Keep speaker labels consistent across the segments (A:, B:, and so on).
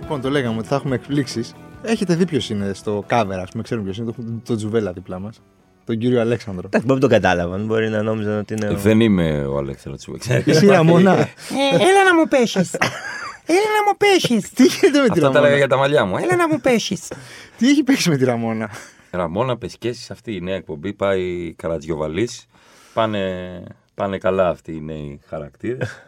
A: Λοιπόν, το λέγαμε ότι θα έχουμε εκπλήξεις. Έχετε δει ποιος είναι στο cover, ας πούμε, ξέρουμε ποιος είναι. Το, το τζουβέλα δίπλά μας. Τον κύριο Αλέξανδρο.
B: Εντάξει, μπορεί να τον κατάλαβαν. Μπορεί να νόμιζαν ότι είναι. ο-
C: Δεν είμαι ο Αλέξανδρος Τσουβέξης.
A: Εσύ Ραμόνα.
D: Ε, έλα να μου πέσεις. Έλα να μου πέσεις.
A: Τι γίνεται με τη
C: Αυτά τα
A: Ραμόνα.
C: λέγα για τα μαλλιά μου.
D: Έλα
C: Έλα.
D: να μου πέσεις.
A: Τι έχει παίξει με τη Ραμόνα.
C: Ραμόνα, πεσκέσεις αυτή η νέα εκπομπή. Πάει καρατζιοβαλής. Πάνε, πάνε καλά αυτοί οι νέοι χαρακτήρες.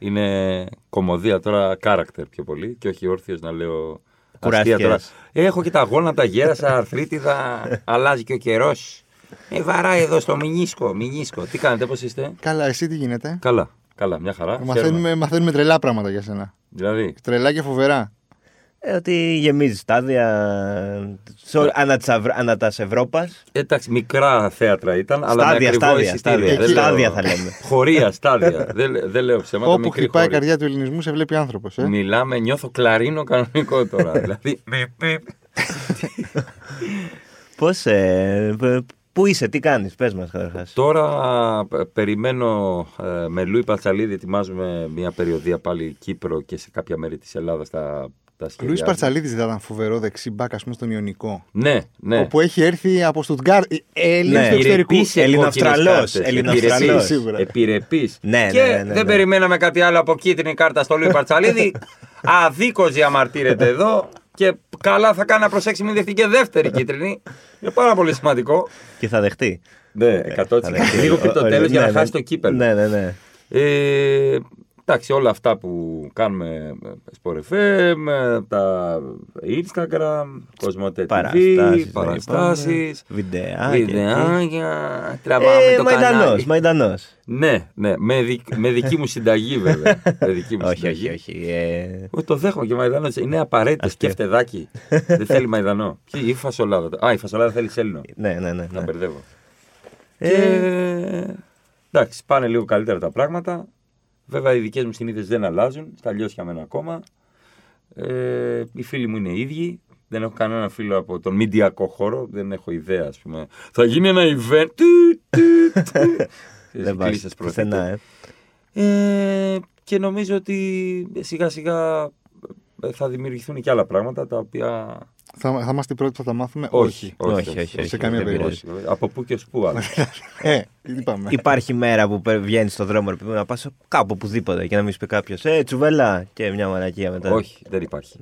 C: Είναι κομμωδία τώρα, character πιο πολύ και όχι όρθιος να λέω
B: Κουράστηκες.
C: αστεία τώρα. Έχω και τα γόνατα, γέρασα, αρθρίτιδα, αλλάζει και ο καιρός. Ε, βαράει εδώ στο μηνίσκο, μηνίσκο. Τι κάνετε, πώς είστε.
A: Καλά, εσύ τι γίνεται.
C: Καλά, καλά, μια χαρά. χαίρομαι.
A: Μαθαίνουμε, μαθαίνουμε τρελά πράγματα για σένα.
C: Δηλαδή,
A: Τρελά και φοβερά.
B: Ε, ότι γεμίζεις στάδια σε
C: Ε.
B: ό- ανά, της Αυ- ανά τας Ευρώπας.
C: Εντάξει, μικρά θέατρα ήταν, αλλά με
B: Στάδια,
C: ακριβό
B: στάδια,
C: εισιτήριο.
B: στάδια.
C: Δεν λέω-
B: Στάδια θα λέμε.
C: Χωρία, στάδια. δεν, λέ- δεν λέω ψέματα.
A: Όπου
C: μικρή
A: χτυπάει η
C: χωρία.
A: καρδιά του ελληνισμού, σε βλέπει άνθρωπος. Ε.
C: Μιλάμε, νιώθω κλαρίνο κανονικό τώρα. δηλαδή. μιπ, μιπ.
B: Πώς. Ε, π- πού είσαι, τι κάνεις, πες μας καταρχάς.
C: Τώρα ε, περιμένω ε, με Λούι Παρτσαλίδη, ετοιμάζουμε μια περιοδία πάλι Κύπρο και σε κάποια μέρη της Ελλάδας τα, τα σχέδια.
A: Λουίς Παρτσαλίδη δεν ήταν φοβερό δεξί μπακ, ας πούμε, στον Ιωνικό.
C: Ναι, ναι.
A: Όπου έχει έρθει από ε, Στουτγκάρτ. Έλληνε
B: Ναι.
A: του εξωτερικού.
C: Επιρρεπής
B: Ελληνοαυστραλός,
C: κόκκινες κάρτες.
B: Ελληνοαυστραλός.
C: Επιρρεπής,
A: Σίγουρα.
C: Ναι, επιρρεπής.
B: Ναι, ναι,
C: και
B: ναι, ναι,
C: δεν
B: ναι.
C: περιμέναμε κάτι άλλο από κίτρινη κάρτα στο Λούι Παρτσαλίδη. Αδίκως διαμαρτύρεται εδώ. Και καλά θα κάνει να προσέξει μην δεχτεί και δεύτερη κίτρινη. Είναι πάρα πολύ σημαντικό.
B: Και θα δεχτεί. Ε,
C: Ναι,
B: Θα
C: 100%.
B: δεχτεί.
C: Λίγο πριν το
B: Ο- ο-
C: τέλος για να
B: ναι, ναι.
C: χάσει το κύπελο.
B: Ναι, ναι, ναι.
C: Ε, εντάξει, όλα αυτά που κάνουμε Sport FM, τα Instagram, Κοσμοτέ TV,
B: Παραστάσεις,
C: παραστάσεις,
B: να είπαμε, βιντεάκια,
C: βιντεάκια, τραβάμε
B: Ε,
C: το
B: μαϊντανό,
C: κανάλι.
B: μαϊντανός.
C: Ναι, ναι, με, δικ- με δική μου συνταγή βέβαια. με δική μου
B: Όχι,
C: συνταγή.
B: όχι, όχι. ε,
C: Ω, το δέχομαι και μαϊδανό. Είναι απαραίτητος.
B: Αστείο.
C: Σκέφτεδάκι. Δεν θέλει μαϊδανό. Ποιοι- Ή φασολάδα. Α, η φασολάδα θέλει σέλινο.
B: Ναι, ναι, ναι.
C: Να
B: ναι.
C: μπερδεύω.
B: Ε,
C: Και... Εντάξει, πάνε λίγο καλύτερα τα πράγματα. Βέβαια, οι δικές μου συνήθειες δεν αλλάζουν. Στα λιώσια μένα ακόμα. Ε, οι φίλοι μου είναι οι ίδιοι. Δεν έχω κανένα φίλο από τον μηντιακό χώρο. Δεν έχω ιδέα, ας πούμε. Θα γίνει ένα event. Του, του, του.
B: Δεν
C: Κλείσεις
B: πας
C: πρώτη.
B: πουθενά, ε.
C: Ε, και νομίζω ότι ε, σιγά σιγά ε, θα δημιουργηθούν και άλλα πράγματα τα οποία.
A: Θα, θα είμαστε οι πρώτοι που θα τα μάθουμε.
B: όχι, όχι, όχι,
A: καμία
B: δεν
A: περίπτωση.
C: πειράζει. Από πού και ως πού, άλλα.
A: Ε, είπαμε.
B: Υπάρχει μέρα που πε- βγαίνεις στον δρόμο ρε παιδί μου, να πας κάπου οπουδήποτε και να μην σου πει κάποιος Ε, τσουβέλα! Και μια μαλακία μετά.
C: Όχι, δεν υπάρχει.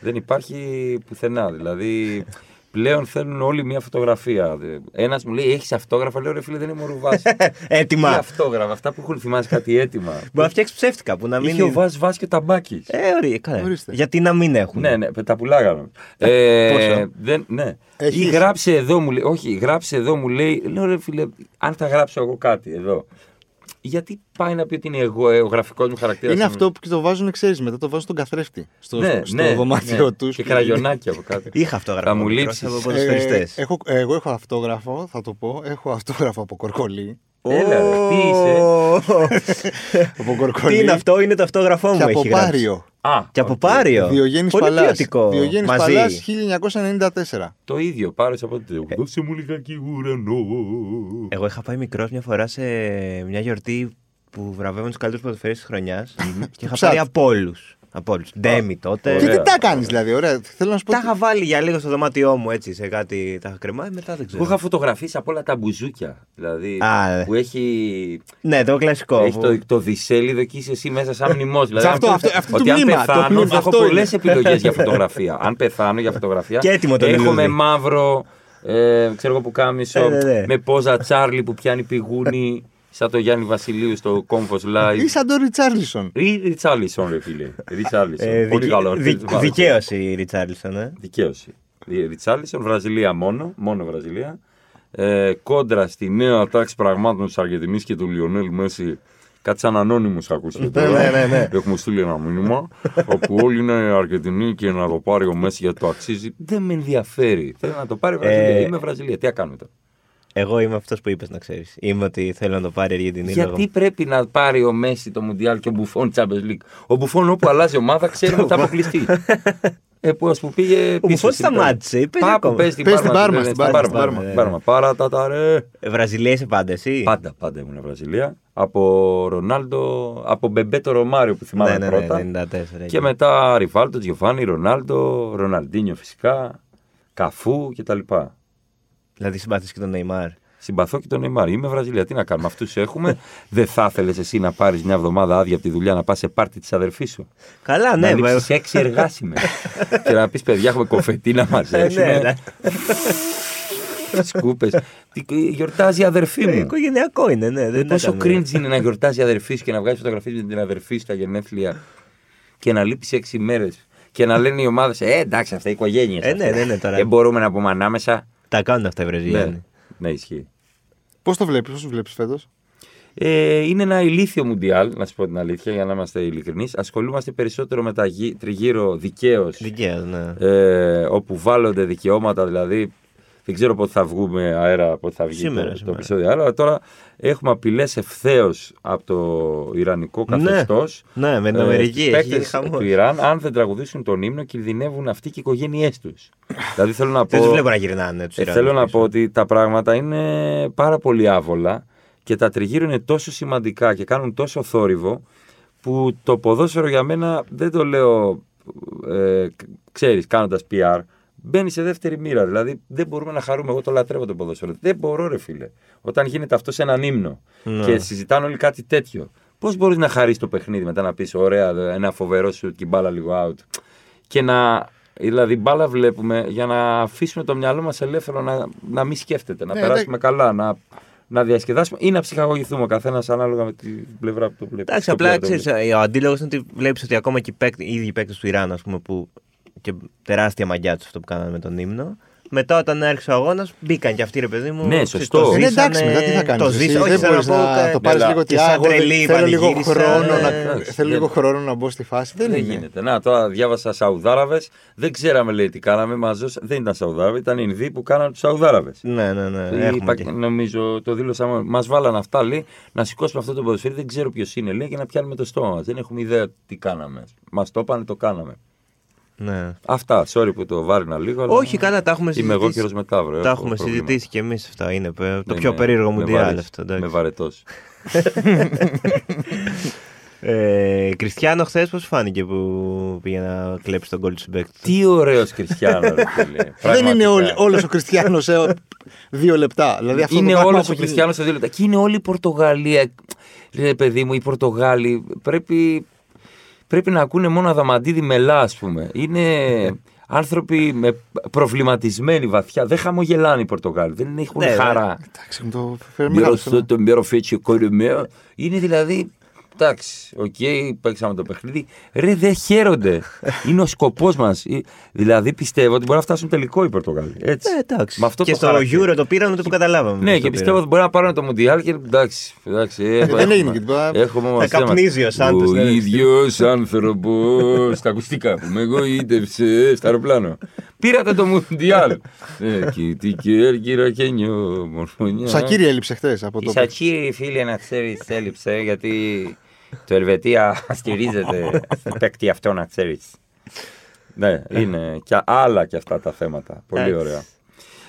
C: δεν υπάρχει πουθενά. Δηλαδή, πλέον θέλουν όλοι μια φωτογραφία. Ένας μου λέει: Έχεις αυτόγραφα. Λέω: Ρε φίλε, δεν είμαι ο Ρουβάς». Τι
B: Έτοιμα!
C: αυτόγραφα, αυτά που έχουν θυμάσει κάτι έτοιμα.
B: Μπορεί να φτιάξεις ψεύτικα που να μην.
C: Είχε ο Βάζ Βάζ και ο Ταμπάκης.
B: Ε, ωραία, καλά.
A: Ορίστε.
B: Γιατί να μην έχουν.
C: Ναι, ναι, τα πουλάγαμε. Ε,
B: Πόσο?
C: Δεν, ναι.
A: Έχεις?
C: Ή γράψε εδώ μου λέει. Όχι, γράψε εδώ μου λέει. Λέω ρε φίλε, αν θα γράψω εγώ κάτι εδώ. Γιατί πάει να πει ότι είναι εγώ, ε, ο γραφικός μου χαρακτήρας.
A: Είναι αυτό που το βάζουν, ξέρεις, μετά το βάζουν στον καθρέφτη. Στο,
B: Ναι,
A: στο δωμάτιο του.
C: Ναι, Και κραγιονάκι από κάτω.
B: Είχα αυτόγραφο.
C: Θα μου
B: μικρός
C: λείψεις.
B: από
A: Ε,
B: ποδοσφαιριστές.
A: έχω, εγώ έχω αυτόγραφο, θα το πω. Έχω αυτόγραφο από κορκολί.
C: ναι, Έλα, ρε, τι είσαι.
A: Από κορκολί.
B: Τι είναι αυτό, είναι το αυτόγραφό μου.
A: Και από
B: έχει γράψει.
A: πάριο.
C: Α,
B: Και από
C: οκ.
B: πάριο.
A: Διογέννης
B: Πολύ
A: Παλάς.
B: ποιοτικό.
A: Διογέννης
B: Μαζί.
A: Παλάς 1994.
C: Το ίδιο, πάρε από το. Δώσε μου λιγάκι ουρανό. Ε,
B: Εγώ είχα πάει μικρός μια φορά σε μια γιορτή που βραβεύουν τους καλύτερους ποδοσφαιριστέ της χρονιάς και είχα
A: Ψάτ.
B: πάρει από όλους. Από όλους. Ντέμι τότε.
A: Και
C: Ωραία.
A: τι τα κάνεις δηλαδή, ωραία. Θέλω να σου πω.
B: Τα
A: ότι-
B: είχα βάλει για λίγο στο δωμάτιό μου έτσι σε κάτι. Τα είχα κρεμάει μετά δεν ξέρω.
C: Εγώ είχα φωτογραφίσει από όλα τα μπουζούκια. Δηλαδή
B: Α, ναι.
C: που έχει,
B: Ναι, το κλασικό.
C: έχει
B: που-
C: το, το δισέλιδο και είσαι εσύ μέσα
B: Ε,
C: σαν μνημός. δηλαδή,
A: αυτό-
C: αν-
A: αυτό- αυτό
C: ότι
A: το
C: αν
A: μνήμα, το
C: πεθάνω
A: μνήμα,
C: θα έχω
A: αυτό είναι.
C: πολλέ επιλογές για φωτογραφία. αν πεθάνω για φωτογραφία.
B: Και έτοιμο το
C: Έχω
B: λουλούδι.
C: με μαύρο, ε, ξέρω εγώ που κάμισο,
B: Ε, ναι, ναι.
C: με πόζα Τσάρλι που πιάνει πηγούνι, σαν το Γιάννη Βασιλείου στο Comfort Live.
A: Ή σαν τον Ριτσάρλισον.
C: Ή Ριτσάλισον, ρε φίλε. Ριτσάλισον.
B: Ε,
C: Πολύ
B: δικαι-
C: καλό.
B: δι-
C: ορθίζεις πάρα.
B: Δικαίωση η Ριτσάρλισον. Ε.
C: Δικαίωση. Δι- Ριτσάλισον, Βραζιλία μόνο. Μόνο Βραζιλία. Ε, κόντρα στη νέα τάξη πραγμάτων της Αργεντινής και του Λιονέλ Μέση. Κάτι σαν ανώνυμους ακούστηκε τώρα.
B: Ναι, ναι, ναι.
C: Έχουμε στείλει ένα μήνυμα. όπου όλοι είναι Αργεντινοί και να το πάρει ο Μέση γιατί το αξίζει. Δεν με ενδιαφέρει. Θέλω να το πάρει η Βραζιλία.
B: Ε,
C: Είμαι Βραζιλία. Τι να κάνουμε τώρα.
B: Εγώ είμαι αυτός που είπες να ξέρεις. Είμαι ότι θέλω να το πάρει η Αργεντινή.
C: Γιατί
B: λόγω-
C: πρέπει να πάρει ο Μέση το Μουντιάλ και ο Μπουφόν Champions League. Ο Μπουφόν όπου αλλάζει ομάδα ξέρουμε ότι θα αποκλειστεί. ε, που ας πούμε πήγε πίσω.
B: Μπουφόν
C: στην Ιταλία.
B: σταμάτησε, είπε
C: Πάπου
B: ακόμα.
C: πες την
A: Πες την
C: Πάρμα.
A: Πάρμα,
C: ναι,
A: στην
C: ναι,
A: Πάρμα,
C: στην
A: στην
C: Πάρμα.
A: Πάρμα.
C: Πάρμα. Πάρα τα τα ρε.
B: Ε, Βραζιλία είσαι πάντα εσύ.
C: Πάντα, πάντα ήμουν Βραζιλία. Από Ρονάλντο, από Μπεμπέτο Ρωμάριο που
B: Ναι,
C: θυμάμαι
B: ναι,
C: πρώτα.
B: ναι, 94.
C: Και μετά Ριβάλτο, Τζιωφάνι, Ρονάλντο, Ροναλντίνιο φυσικά, Καφού κτλ.
B: Δηλαδή συμπαθεί και τον Νεϊμάρ.
C: Συμπαθώ και τον Νεϊμάρ. Είμαι Βραζιλία. Τι να κάνουμε, αυτούς έχουμε. Δεν θα ήθελες εσύ να πάρεις μια εβδομάδα άδεια από τη δουλειά να πας σε πάρτι της αδερφής σου.
B: Καλά, ναι,
C: να λείψεις
B: βέβαια.
C: έξι εργάσιμες. και να πεις παιδιά, έχουμε κοφετή να
B: Ε, ναι,
C: μαζέψουμε.
B: ναι.
C: Σκούπε. Γιορτάζει η αδερφή
B: Ε,
C: μου. Ε,
B: Οικογενειακό είναι, ναι. Δεν τα
C: Πόσο
B: κάνουμε.
C: cringe είναι να γιορτάζει η αδερφής σου και να βγάζει φωτογραφίες με την αδερφή σου στα γενέθλια και να λείπεις έξι μέρες. Και να λένε οι ομάδες, Ε, εντάξει, αυτά οι οικογένειες.
B: Ε, ναι, ναι, ναι, τώρα.
C: Δεν μπορούμε να πούμε ανάμεσα.
B: Τα κάνουν αυτά οι Βραζιλιάνοι.
C: Ναι, ναι, ισχύει.
A: Πώς το βλέπεις, πώς το βλέπεις φέτος.
C: Ε, είναι ένα ηλίθιο μουντιάλ, να σου πω την αλήθεια, για να είμαστε ειλικρινείς. Ασχολούμαστε περισσότερο με τα γη- τριγύρω δικαίως.
B: Δικαίως, ναι.
C: Ε, όπου βάλλονται δικαιώματα, δηλαδή. Δεν ξέρω πότε θα βγούμε αέρα, πότε θα βγει
B: Σήμερα,
C: το, το
B: σήμερα.
C: επεισόδιο. Αλλά τώρα έχουμε απειλές ευθέως από το Ιρανικό
B: Ναι.
C: καθεστώς.
B: Ναι, με την Αμερική έχει γίνει χαμός.
C: του Ιράν, αν δεν τραγουδήσουν τον ύμνο, κινδυνεύουν αυτοί και οι οικογένειές τους. δηλαδή θέλω να πω.
B: Δεν τους βλέπω να γυρνάνε τους
C: Ε, θέλω να πω ότι τα πράγματα είναι πάρα πολύ άβολα και τα τριγύρω είναι τόσο σημαντικά και κάνουν τόσο θόρυβο που το ποδόσφαιρο για μένα δεν το λέω, ε, κ- ξέρεις, κάνοντας PR, μπαίνει σε δεύτερη μοίρα. Δηλαδή δεν μπορούμε να χαρούμε, εγώ το λατρεύω το ποδόσφαιρο. Δεν μπορώ ρε φίλε. Όταν γίνεται αυτό σε έναν ύμνο και συζητάνε όλοι κάτι τέτοιο, πώς μπορείς να χαρείς το παιχνίδι μετά να πεις ωραία, ένα φοβερό σου και η μπάλα λίγο out και να. Δηλαδή, μπάλα βλέπουμε για να αφήσουμε το μυαλό μας ελεύθερο να, να μην σκέφτεται, να
A: Ναι,
C: περάσουμε
A: εντάξει.
C: καλά, να, να διασκεδάσουμε ή να ψυχαγωγηθούμε ο καθένας ανάλογα με την πλευρά που το βλέπει.
B: Εντάξει,
C: στο
B: απλά
C: πλευρά το βλέπει.
B: ξέρει, ο αντίλογος είναι ότι βλέπεις ότι ακόμα και οι, παίκ, οι ίδιοι παίκτες του Ιράν, ας πούμε, που. και τεράστια μαγιά τους αυτό που κάνανε με τον ύμνο. Μετά, όταν άρχισε ο αγώνας, μπήκαν και αυτοί ρε παιδί μου.
C: Ναι,
B: ξέρεις,
C: σωστό.
B: το
C: Ε,
A: Είναι
B: ζήσανε,
A: εντάξει, μετά τι θα κάνεις.
B: Το ζήσα, όχι,
A: δεν
B: θέλω
A: μπορεί
B: να, πω,
A: να
B: κα-
A: το πάρει
C: ναι,
A: λίγο
B: και
A: ότι
B: σαν
A: «Α, εγώ
B: τρελή
A: Θέλω λίγο
B: πανηγύρισαν,
A: χρόνο
B: ε,
A: να-
C: εντάξει,
A: θέλω λίγο
C: δεν-
A: χρόνο να μπω στη φάση. Δεν
C: Δεν
A: είναι.
C: γίνεται. Να, τώρα διάβασα Σαουδάραβες. Δεν ξέραμε, λέει, τι κάναμε. Μαζό δεν ήταν Σαουδάραβες, ήταν Ινδοί που κάνανε τους Σαουδάραβες.
B: Ναι, ναι, ναι.
C: Ε,
B: έχουμε
C: είπα-
B: και-
C: νομίζω το δήλωσα. Μας βάλανε αυτά, λέει, να σηκώσουμε αυτό το ποδοσφαίρι. Δεν ξέρω ποιος είναι, λέει, και να πιάνουμε το στόμα μας. Δεν έχουμε ιδέα τι κάναμε. Μας το είπανε, το κάναμε.
B: ναι.
C: Αυτά. Sorry που το βάρινα λίγο. αλλά-
B: Όχι, καλά, τα έχουμε συζητήσει.
C: Είμαι εγώ καιρό μετά, βρε.
B: Τα
C: έχω
B: έχουμε
C: πρόβλημα.
B: συζητήσει κι εμείς αυτά. Είναι πε- το
C: Ναι,
B: πιο
C: με-
B: περίεργο
C: με
B: μουντιάλ
C: βαρύς.
B: αυτό.
C: Με
B: εντάξει.
C: βαρετός.
B: Ε, Κριστιανό, χθες πώς φάνηκε που πήγε να κλέψει τον κόλ του Μπέκ.
C: Τι ωραίος Κριστιανό, ρε φίλε.
A: Δεν είναι
C: Πραγματικά.
A: όλος ο Κριστιανός σε δύο λεπτά. Δηλαδή αυτό
C: είναι
A: το πράγμα
C: όλος
A: που
C: ο
A: έχει δει.
C: Κριστιανό σε δύο λεπτά. Και είναι όλη η Πορτογαλία. Ρε παιδί μου, οι Πορτογάλοι πρέπει, πρέπει να ακούνε μόνο αδαμαντίδη μελά, ας πούμε. Είναι άνθρωποι με προβληματισμένοι βαθιά. Δεν χαμογελάνε οι Πορτογάλοι. Δεν έχουν
B: Ναι,
C: χαρά.
A: Εντάξει, μου το φέρνει Ε, μεγάλο θέμα.
C: Μυρωθώ το μυρωφέτσι κορυμαίο. Είναι δηλαδή. Εντάξει, οκ, παίξαμε το παιχνίδι. Ρε, δεν χαίρονται. Είναι ο σκοπός μας. Δηλαδή πιστεύω ότι μπορεί να φτάσουν τελικό οι Πορτογάλοι. Έτσι.
B: Ε, εντάξει.
C: Με αυτό
B: και
C: το
B: στο
C: χαρακτήρα.
B: Euro το πήραν ούτε που καταλάβαμε.
C: Ναι,
B: πώς το
C: και πιστεύω
B: πήραν.
C: ότι μπορεί να πάρουν το Μουντιάλ και εντάξει. εντάξει ε, έχουμε-
A: δεν έγινε Ε, και τίποτα.
C: Έχουμε όμως θέμα.
B: καπνίζει ο Σάντος,
C: Ο
B: ναι,
C: ίδιο άνθρωπος. Τα ακουστικά που με εγωίτευσε στα αεροπλάνο. Πήρατε το Μουντιάλ. Ε, και τι κέρκυρα και νιώ, μορφωνιά.
A: Σακύρι έλειψε χθες από
C: Η
A: το.
C: Σακύρη, φίλε, να ξέρεις, έλειψε γιατί το Ελβετία στηρίζεται στην παίκτη αυτό, να ξέρεις. Ναι, είναι και άλλα και αυτά τα θέματα. Πολύ
B: Εντάξει.
C: ωραία.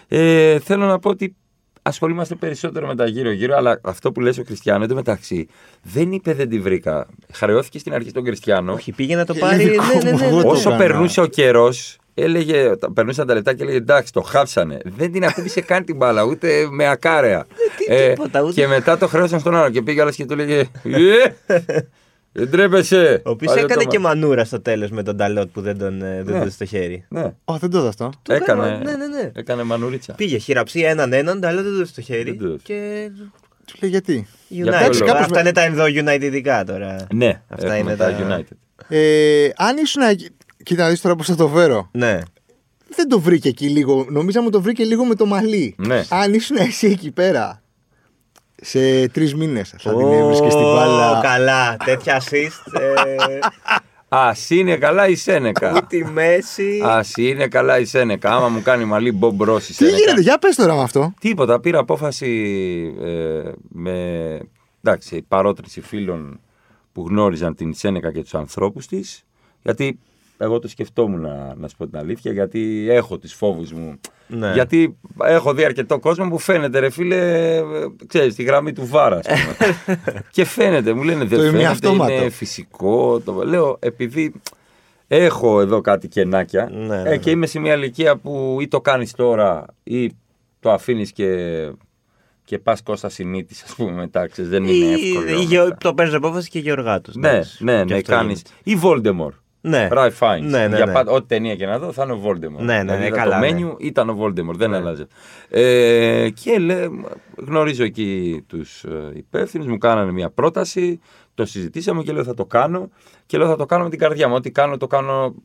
C: Ε, θέλω να πω ότι ασχολούμαστε περισσότερο με τα γύρω-γύρω, αλλά αυτό που λες ο Κριστιανό εντωμεταξύ δεν είπε δεν τη βρήκα. Χαραιώθηκε στην αρχή στον Κριστιανό.
B: Όχι, πήγε να το
A: Ε,
B: πάρει.
A: δικό
B: Ναι, ναι,
A: μου,
B: ναι,
A: εγώ
B: ναι.
A: το
C: Όσο
A: έκανα.
C: περνούσε ο καιρός, έλεγε, τα- περνούσαν τα λεπτά και έλεγε εντάξει, το χάψανε. Δεν την ακούμπησε καν την μπάλα, ούτε με ακάρεα.
B: Ε,
C: Ε,
B: τι- τίποτα, ούτε-
C: Και μετά το χρέωσαν στον άλλο και πήγε άλλος και του έλεγε. «Ε, Δεν τρέπεσαι.
B: Ο οποίος
C: Πάρε το
B: έκανε και
C: μάτι».
B: μανούρα στο τέλος με τον Νταλότ που δεν τον ε, δεν
C: Ναι.
B: τον στο χέρι.
C: Ναι,
A: Ω, δεν το είδα αυτό.
B: Το
C: έκανε.
B: κάνω, ναι, ναι, ναι.
C: Έκανε μανουρίτσα.
B: Πήγε χειραψία έναν έναν, Νταλότ δεν τον στο χέρι.
C: Δεν του έδωσε.
B: Και.
A: Του λέει γιατί.
C: ποιο
B: United.
C: λόγο.
B: Αυτά είναι τα ενδο Unitedica τώρα.
C: Ναι,
B: Αυτά
C: έχουμε
B: είναι
C: τα
B: τα
C: United.
A: Ε, αν ήσουν. εκεί- Κοίτα να δεις τώρα πώς θα το φέρω.
B: Ναι.
A: Δεν το βρήκε εκεί λίγο. Νομίζαμε το βρήκε λίγο με το μαλλί.
C: Ναι.
A: Αν ήσουν εσύ εκεί πέρα. Σε τρεις μήνες θα την
B: Ω,
A: έβρισκες στην μπάλα.
B: Καλά, τέτοια assist. ε,
C: Ας είναι καλά η Σένεκα.
B: Τη μέση.
C: Ας είναι καλά η Σένεκα. Άμα μου κάνει μαλλί μπομπ Ρος η
A: Τι
C: Σένεκα.
A: γίνεται, για πες τώρα με αυτό.
C: Τίποτα. Πήρα απόφαση ε, με εντάξει, παρότριση φίλων που γνώριζαν την Σένεκα και τους ανθρώπους της. Γιατί εγώ το σκεφτόμουν να, να σου πω την αλήθεια, γιατί έχω τις φόβους μου.
B: Ναι.
C: Γιατί έχω δει αρκετό κόσμο που φαίνεται, ρε φίλε, ε, ξέρεις, τη γραμμή του βάρα. ας πούμε. και φαίνεται, μου λένε δεν
A: Το
C: φαίνεται,
A: ημιαυτόματο.
C: είναι φυσικό. Το... Λέω, επειδή έχω εδώ κάτι κενάκια
B: Ναι, ναι,
C: ε, και
B: ναι.
C: είμαι σε μια ηλικία που ή το κάνεις τώρα ή το αφήνεις και, και πας Κώστα Σιμίτης ας πούμε μετά, ξέρεις, δεν είναι εύκολο.
B: Ή, ή γεω-
C: μετά.
B: το παίρνεις απόφαση και γεωργάτος.
C: Ναι, ναι, ναι, κάνεις. Ή Voldemort.
B: Ναι.
C: Rai Fiennes.
B: Ναι, ναι,
C: Για
B: ναι.
C: πάντα- ό,τι ταινία και να δω θα είναι ο Voldemort.
B: Ναι, ναι,
C: Δηλαδή,
B: ναι,
C: είδα
B: καλά,
C: Το
B: ναι.
C: menu ήταν ο Voldemort, δεν άλλαζε. Ε, και λέ, γνωρίζω εκεί τους υπεύθυνους, μου κάνανε μια πρόταση, το συζητήσαμε και λέω θα το κάνω και λέω θα το κάνω με την καρδιά μου. Ό,τι κάνω το κάνω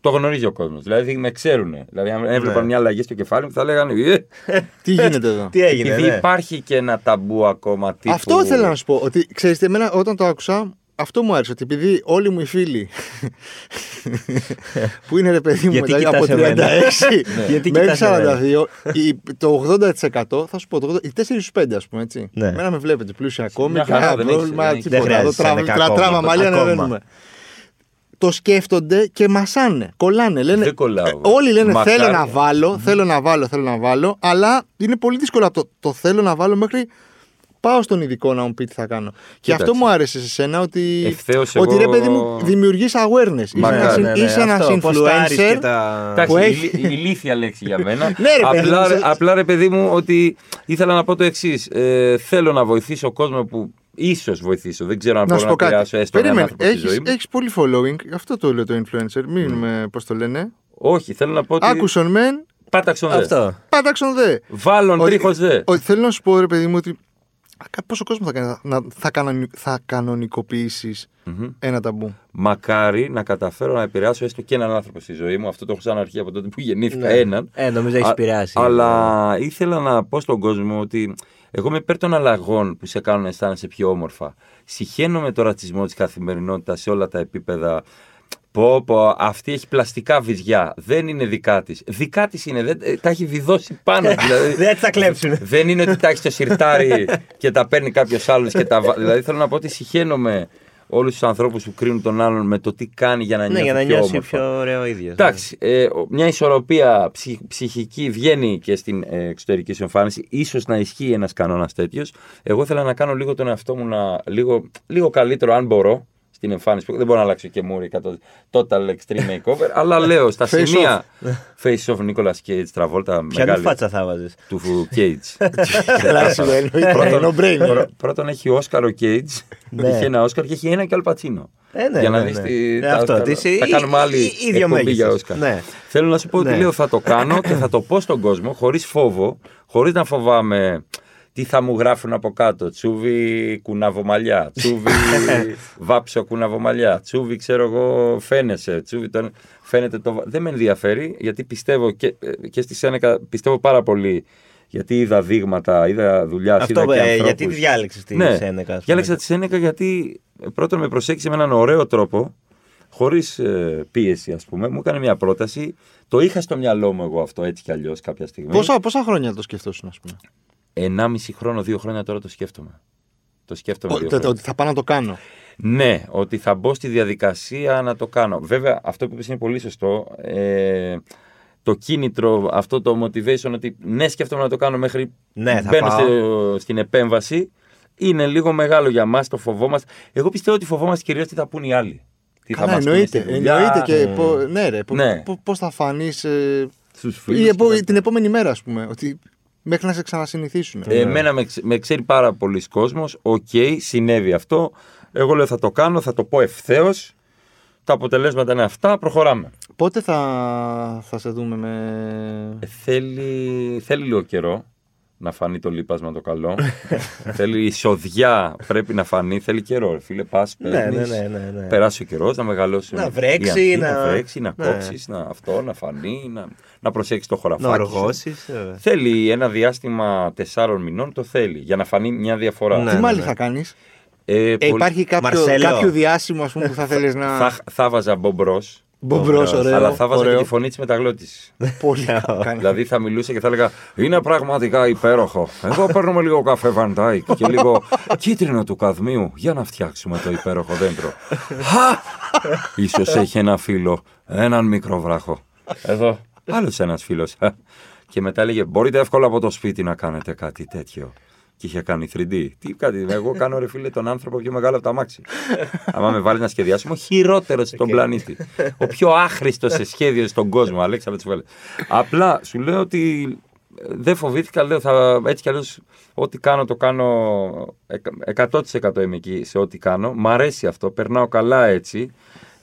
C: το γνωρίζει ο κόσμος. Δηλαδή με ξέρουν. Δηλαδή, αν έβλεπαν
B: Ναι.
C: μια αλλαγή στο κεφάλι μου, θα λέγανε. «Ε,
A: Τι γίνεται εδώ.
B: Τι έγινε,
C: Επειδή
B: ναι.
C: υπάρχει και ένα ταμπού ακόμα. Τύπου...
A: Αυτό θέλω να σου πω. Ότι ξέρεις, εμένα όταν το άκουσα, αυτό μου άρεσε. Ότι επειδή όλοι μου οι φίλοι. που είναι ρε παιδί μου
B: Γιατί
A: μετά από
B: κοιτάς
A: 36
B: εμένα? Ναι. Γιατί
A: μέχρι
B: κοιτάς
A: 42, η- το 80% θα σου πω, το 80, οι 4 στου 5 ας πούμε έτσι.
B: Ναι.
A: Εμένα με βλέπετε πλούσια ακόμη.
C: Μια χαρά,
A: Κανένα
C: δεν έχεις- δεν
A: πρόβλημα.
C: έχεις-
B: δεν
A: Τίποτα. Εδώ
B: χρειάζεσαι
A: τραβ-
B: δέκα
A: τρα-
B: ακόμα,
A: τράβα μαλλιά
B: ακόμα.
A: ανεβαίνουμε. Το σκέφτονται και μασάνε. Κολλάνε. Λένε,
C: Δεν κολλάω,
A: ε, όλοι λένε
C: μακάρι.
A: θέλω να βάλω, θέλω να βάλω, θέλω να βάλω, αλλά είναι πολύ δύσκολο από το, το θέλω να βάλω μέχρι πάω στον ειδικό να μου πει τι θα κάνω. Και
C: Κοίταξε.
A: αυτό μου άρεσε σε σένα ότι.
C: Ευθέως
A: ότι
C: εγώ-
A: ρε παιδί μου, δημιουργείς awareness. Είσαι
C: Μακάρι,
A: ένας-
C: ναι,
B: ναι,
A: Είσαι ένας
B: αυτό, ποστάρεις και
A: influencer.
B: τα-
C: Εντάξει,
A: που
C: η-
A: έχει-
C: η ηλίθια λέξη για μένα.
A: Ναι, ρε, παιδί
C: απλά,
A: μου,
C: ρε,
A: σε-
C: απλά ρε παιδί μου ότι ήθελα να πω το εξής. θέλω να βοηθήσω κόσμο που ίσως βοηθήσω. Δεν ξέρω αν
A: Να σου
C: μπορώ
A: πω
C: να
A: κάτι.
C: επηρεάσω έστω έναν άνθρωπο στη ζωή
A: έχεις,
C: μου. Ναι.
A: έχεις πολύ following. Αυτό το λέω το influencer. Μην με, πώς το λένε.
C: Όχι, θέλω να πω ότι.
A: Άκουσον μεν,
C: Πάταξον δε.
B: Αυτό.
A: πάταξον δε.
C: Βάλον
A: Ότι-
C: τρίχος δε.
A: ότι θέλω να σου πω, ρε παιδί μου, ότι ακα- πόσο κόσμο θα, κάνει- να, θα, κανονι, θα κανονικοποιησεις ένα ταμπού.
C: Μακάρι να καταφέρω να επηρεάσω έστω και έναν άνθρωπο στη ζωή μου. Αυτό το έχω σαν αρχή από τότε που γεννήθηκα. Έναν.
B: Ε, νομίζω έχεις
C: Α-
B: επηρεάσει.
C: Αλλά ήθελα να πω στον κόσμο ότι εγώ είμαι υπέρ των αλλαγών που σε κάνουν να αισθάνεσαι πιο όμορφα. Συχαίνω με το ρατσισμό της καθημερινότητας σε όλα τα επίπεδα. Πω, πω, αυτή έχει πλαστικά βυζιά. Δεν είναι δικά της. Δικά της είναι. Δεν, ε, τα έχει βιδώσει πάνω. της, δηλαδή,
B: Δεν θα κλέψουν.
C: δεν είναι ότι τα έχει στο σιρτάρι και τα παίρνει κάποιος άλλος και τα βα- Δηλαδή θέλω να πω ότι συχαίνομαι όλους τους ανθρώπους που κρίνουν τον άλλον με το τι κάνει για να
B: Ναι,
C: νιώθει,
B: για να
C: πιο,
B: νιώσει
C: όμορφα.
B: πιο ωραίο Ναι. ίδιος.
C: Εντάξει, ε, ο- μια ισορροπία ψυχ- ψυχική βγαίνει και στην ε, εξωτερική σου εμφάνιση. Ίσως να ισχύει ένας κανόνας τέτοιος. Εγώ ήθελα να κάνω λίγο τον εαυτό μου να, λίγο, λίγο καλύτερο, αν μπορώ, στην εμφάνιση. που Δεν μπορώ να αλλάξω και μούρι 100 total extreme makeover, αλλά λέω στα
A: Face
C: σημεία. face off Nicolas Cage, τραβόλτα
B: Ποια
C: μεγάλη
B: είναι φάτσα θα βάζει.
C: του Cage.
A: Καλά, σου εννοεί. Brain on brain.
C: Πρω- Πρώτον έχει Όσκαρο Κέιτ.
B: Ναι.
C: Είχε ένα Όσκαρ και έχει ένα και Αλπατσίνο.
B: Ε, ναι,
C: για να
B: ναι,
C: δεις
B: ναι.
C: τι.
B: Ε,
C: τα
B: αυτό,
C: Όσκαρα.
B: τις-
C: Θα
B: ή-
C: κάνουμε άλλη
B: ή- ίδιο
C: εκπομπή
B: μέγεθος.
C: για Όσκαρ.
B: Ναι.
C: Θέλω να σου πω ότι
B: Ναι.
C: λέω θα το κάνω και θα το πω στον κόσμο χωρίς φόβο, χωρίς να φοβάμαι τι θα μου γράφουν από κάτω. Τσούβι κουναβομαλιά. Τσούβι βάψο κουναβομαλιά. Τσούβι ξέρω εγώ φαίνεσαι. Τσούβι τον... φαίνεται το. βα- Δεν με ενδιαφέρει γιατί πιστεύω και, ε, και στη Σένεκα πιστεύω πάρα πολύ. Γιατί είδα δείγματα, είδα δουλειάς,
B: Αυτό,
C: είδα και
B: ε,
C: ανθρώπους. Ναι.
B: γιατί τη διάλεξες τη Σένεκα, ας πούμε.
C: Διάλεξα τη Σένεκα γιατί ε, πρώτον με προσέγγισε με έναν ωραίο τρόπο, χωρίς πίεση, ας πούμε. Μου έκανε μια πρόταση. Το είχα στο μυαλό μου εγώ αυτό έτσι κι αλλιώς κάποια στιγμή.
A: Πόσα, πόσα χρόνια το σκεφτόσουν, ας πούμε.
C: Ενάμιση χρόνο, δύο χρόνια τώρα το σκέφτομαι. Το σκέφτομαι. δύο
A: Ότι-
C: χρόνια.
A: Ότι θα πάω να το κάνω.
C: Ναι, ότι θα μπω στη διαδικασία να το κάνω. Βέβαια, αυτό που είπες είναι πολύ σωστό. Ε, το κίνητρο, αυτό το motivation ότι ναι, σκέφτομαι να το κάνω μέχρι
B: Ναι, θα
C: μπαίνω
B: πάω.
C: στο- στην επέμβαση, είναι λίγο μεγάλο για μας, το φοβόμαστε. Εγώ πιστεύω ότι φοβόμαστε κυρίως τι θα πούν οι άλλοι. Τι
A: Καλά,
C: θα μας πούνε
A: εννοείται.
C: στη δουλειά,
A: Εννοείται και. πο- Ναι, ρε.
C: Ναι.
A: Πώς θα φανείς.
C: στους φίλους
A: Ή
C: και τα
A: επο- την επόμενη μέρα, ας πούμε. Ότι μέχρι να σε ξανασυνηθίσουν.
C: Ε, Εμένα με, ξε- με ξέρει πάρα πολλοί κόσμος. Οκ, συνέβη αυτό. Εγώ λέω θα το κάνω, θα το πω ευθέως. Τα αποτελέσματα είναι αυτά, προχωράμε.
A: Πότε θα, θα σε δούμε με.
C: Ε, Ναι, Θέλει, θέλει λίγο καιρό να φανεί το λίπασμα το καλό. θέλει εισοδιά, πρέπει να φανεί. Θέλει καιρό, ρε φίλε. Πας,
B: Ναι, ναι, ναι, ναι, ναι.
C: Περάσει ο καιρός, να μεγαλώσει.
B: Να
C: η
B: βρέξει,
C: αρχή, να...
B: να-
C: βρέξει, να
B: ναι.
C: κόψεις, να αυτό, να φανεί, να, να προσέξει το χωραφάκι.
B: Να
C: σου.
B: οργώσεις.
C: Θέλει ένα διάστημα τεσσάρων μηνών, το θέλει, για να φανεί μια διαφορά.
B: Ναι,
A: Τι
B: ναι,
A: μάλλον
B: ναι.
A: θα κάνεις.
C: Ε, Ε,
A: Ε,
C: πολύ-
A: υπάρχει κάποιο,
B: Μαρσέλο.
A: κάποιο διάσημο ας πούμε, που θα θέλεις να.
C: Θα, θα βάζα μπομπρός,
A: Μπομπρό, ωραίο.
C: αλλά θα βάζα
A: ωραίο.
C: και τη φωνή της μεταγλώτησης.
A: Πολύ καλά.
C: δηλαδή θα μιλούσε και θα έλεγα Είναι πραγματικά υπέροχο. Εγώ παίρνουμε λίγο καφέ Βαντάικ και λίγο κίτρινο του καδμίου για να φτιάξουμε το υπέροχο δέντρο. Χα! Ίσως έχει ένα φίλο, έναν μικρό βράχο. Εδώ. Άλλος ένας φίλος. Και μετά έλεγε: Μπορείτε εύκολα από το σπίτι να κάνετε κάτι τέτοιο. Και είχε κάνει 3D. Τι κάτι, εγώ κάνω ρε φίλε τον άνθρωπο πιο μεγάλο από τα μάξι. Άμα με βάλει να σχεδιάσω, είμαι ο χειρότερος στον πλανήτη. Ο πιο άχρηστος σε σχέδιο στον κόσμο, Αλέξανδρο Τσουβέλα. Απλά σου λέω ότι ε, δεν φοβήθηκα, λέω θα, έτσι κι αλλιώς ό,τι κάνω το κάνω εκα- 100% είμαι εκεί σε ό,τι κάνω. Μ' αρέσει αυτό, περνάω καλά έτσι.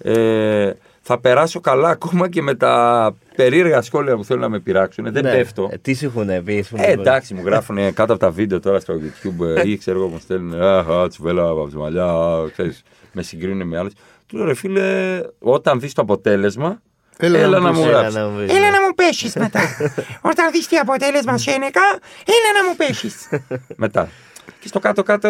C: Ε, θα περάσω καλά ακόμα και με τα περίεργα σχόλια που θέλουν να με πειράξουν. Δεν
B: Ναι.
C: πέφτω.
B: Ε, ναι. Τι σου έχουν πει, ας πούμε,
C: Ε, εντάξει, μου γράφουν κάτω από τα βίντεο τώρα στο YouTube ε, ή ξέρω εγώ μου στέλνουν. Αχ, α, τσουβέλα από τη μαλλιά, α, ξέρεις, με συγκρίνουν με άλλους. Του λέω ρε φίλε, όταν δεις το αποτέλεσμα,
A: Έλα να
C: έλα,
A: μου
C: να
A: πεις,
C: μου
A: έλα
B: Έλα
C: γράψει.
B: να μου πεις.
D: Έλα να μου πέσεις μετά. Όταν δεις τι αποτέλεσμα σένεκα, έλα να μου πέσεις.
C: Μετά. Και στο κάτω-κάτω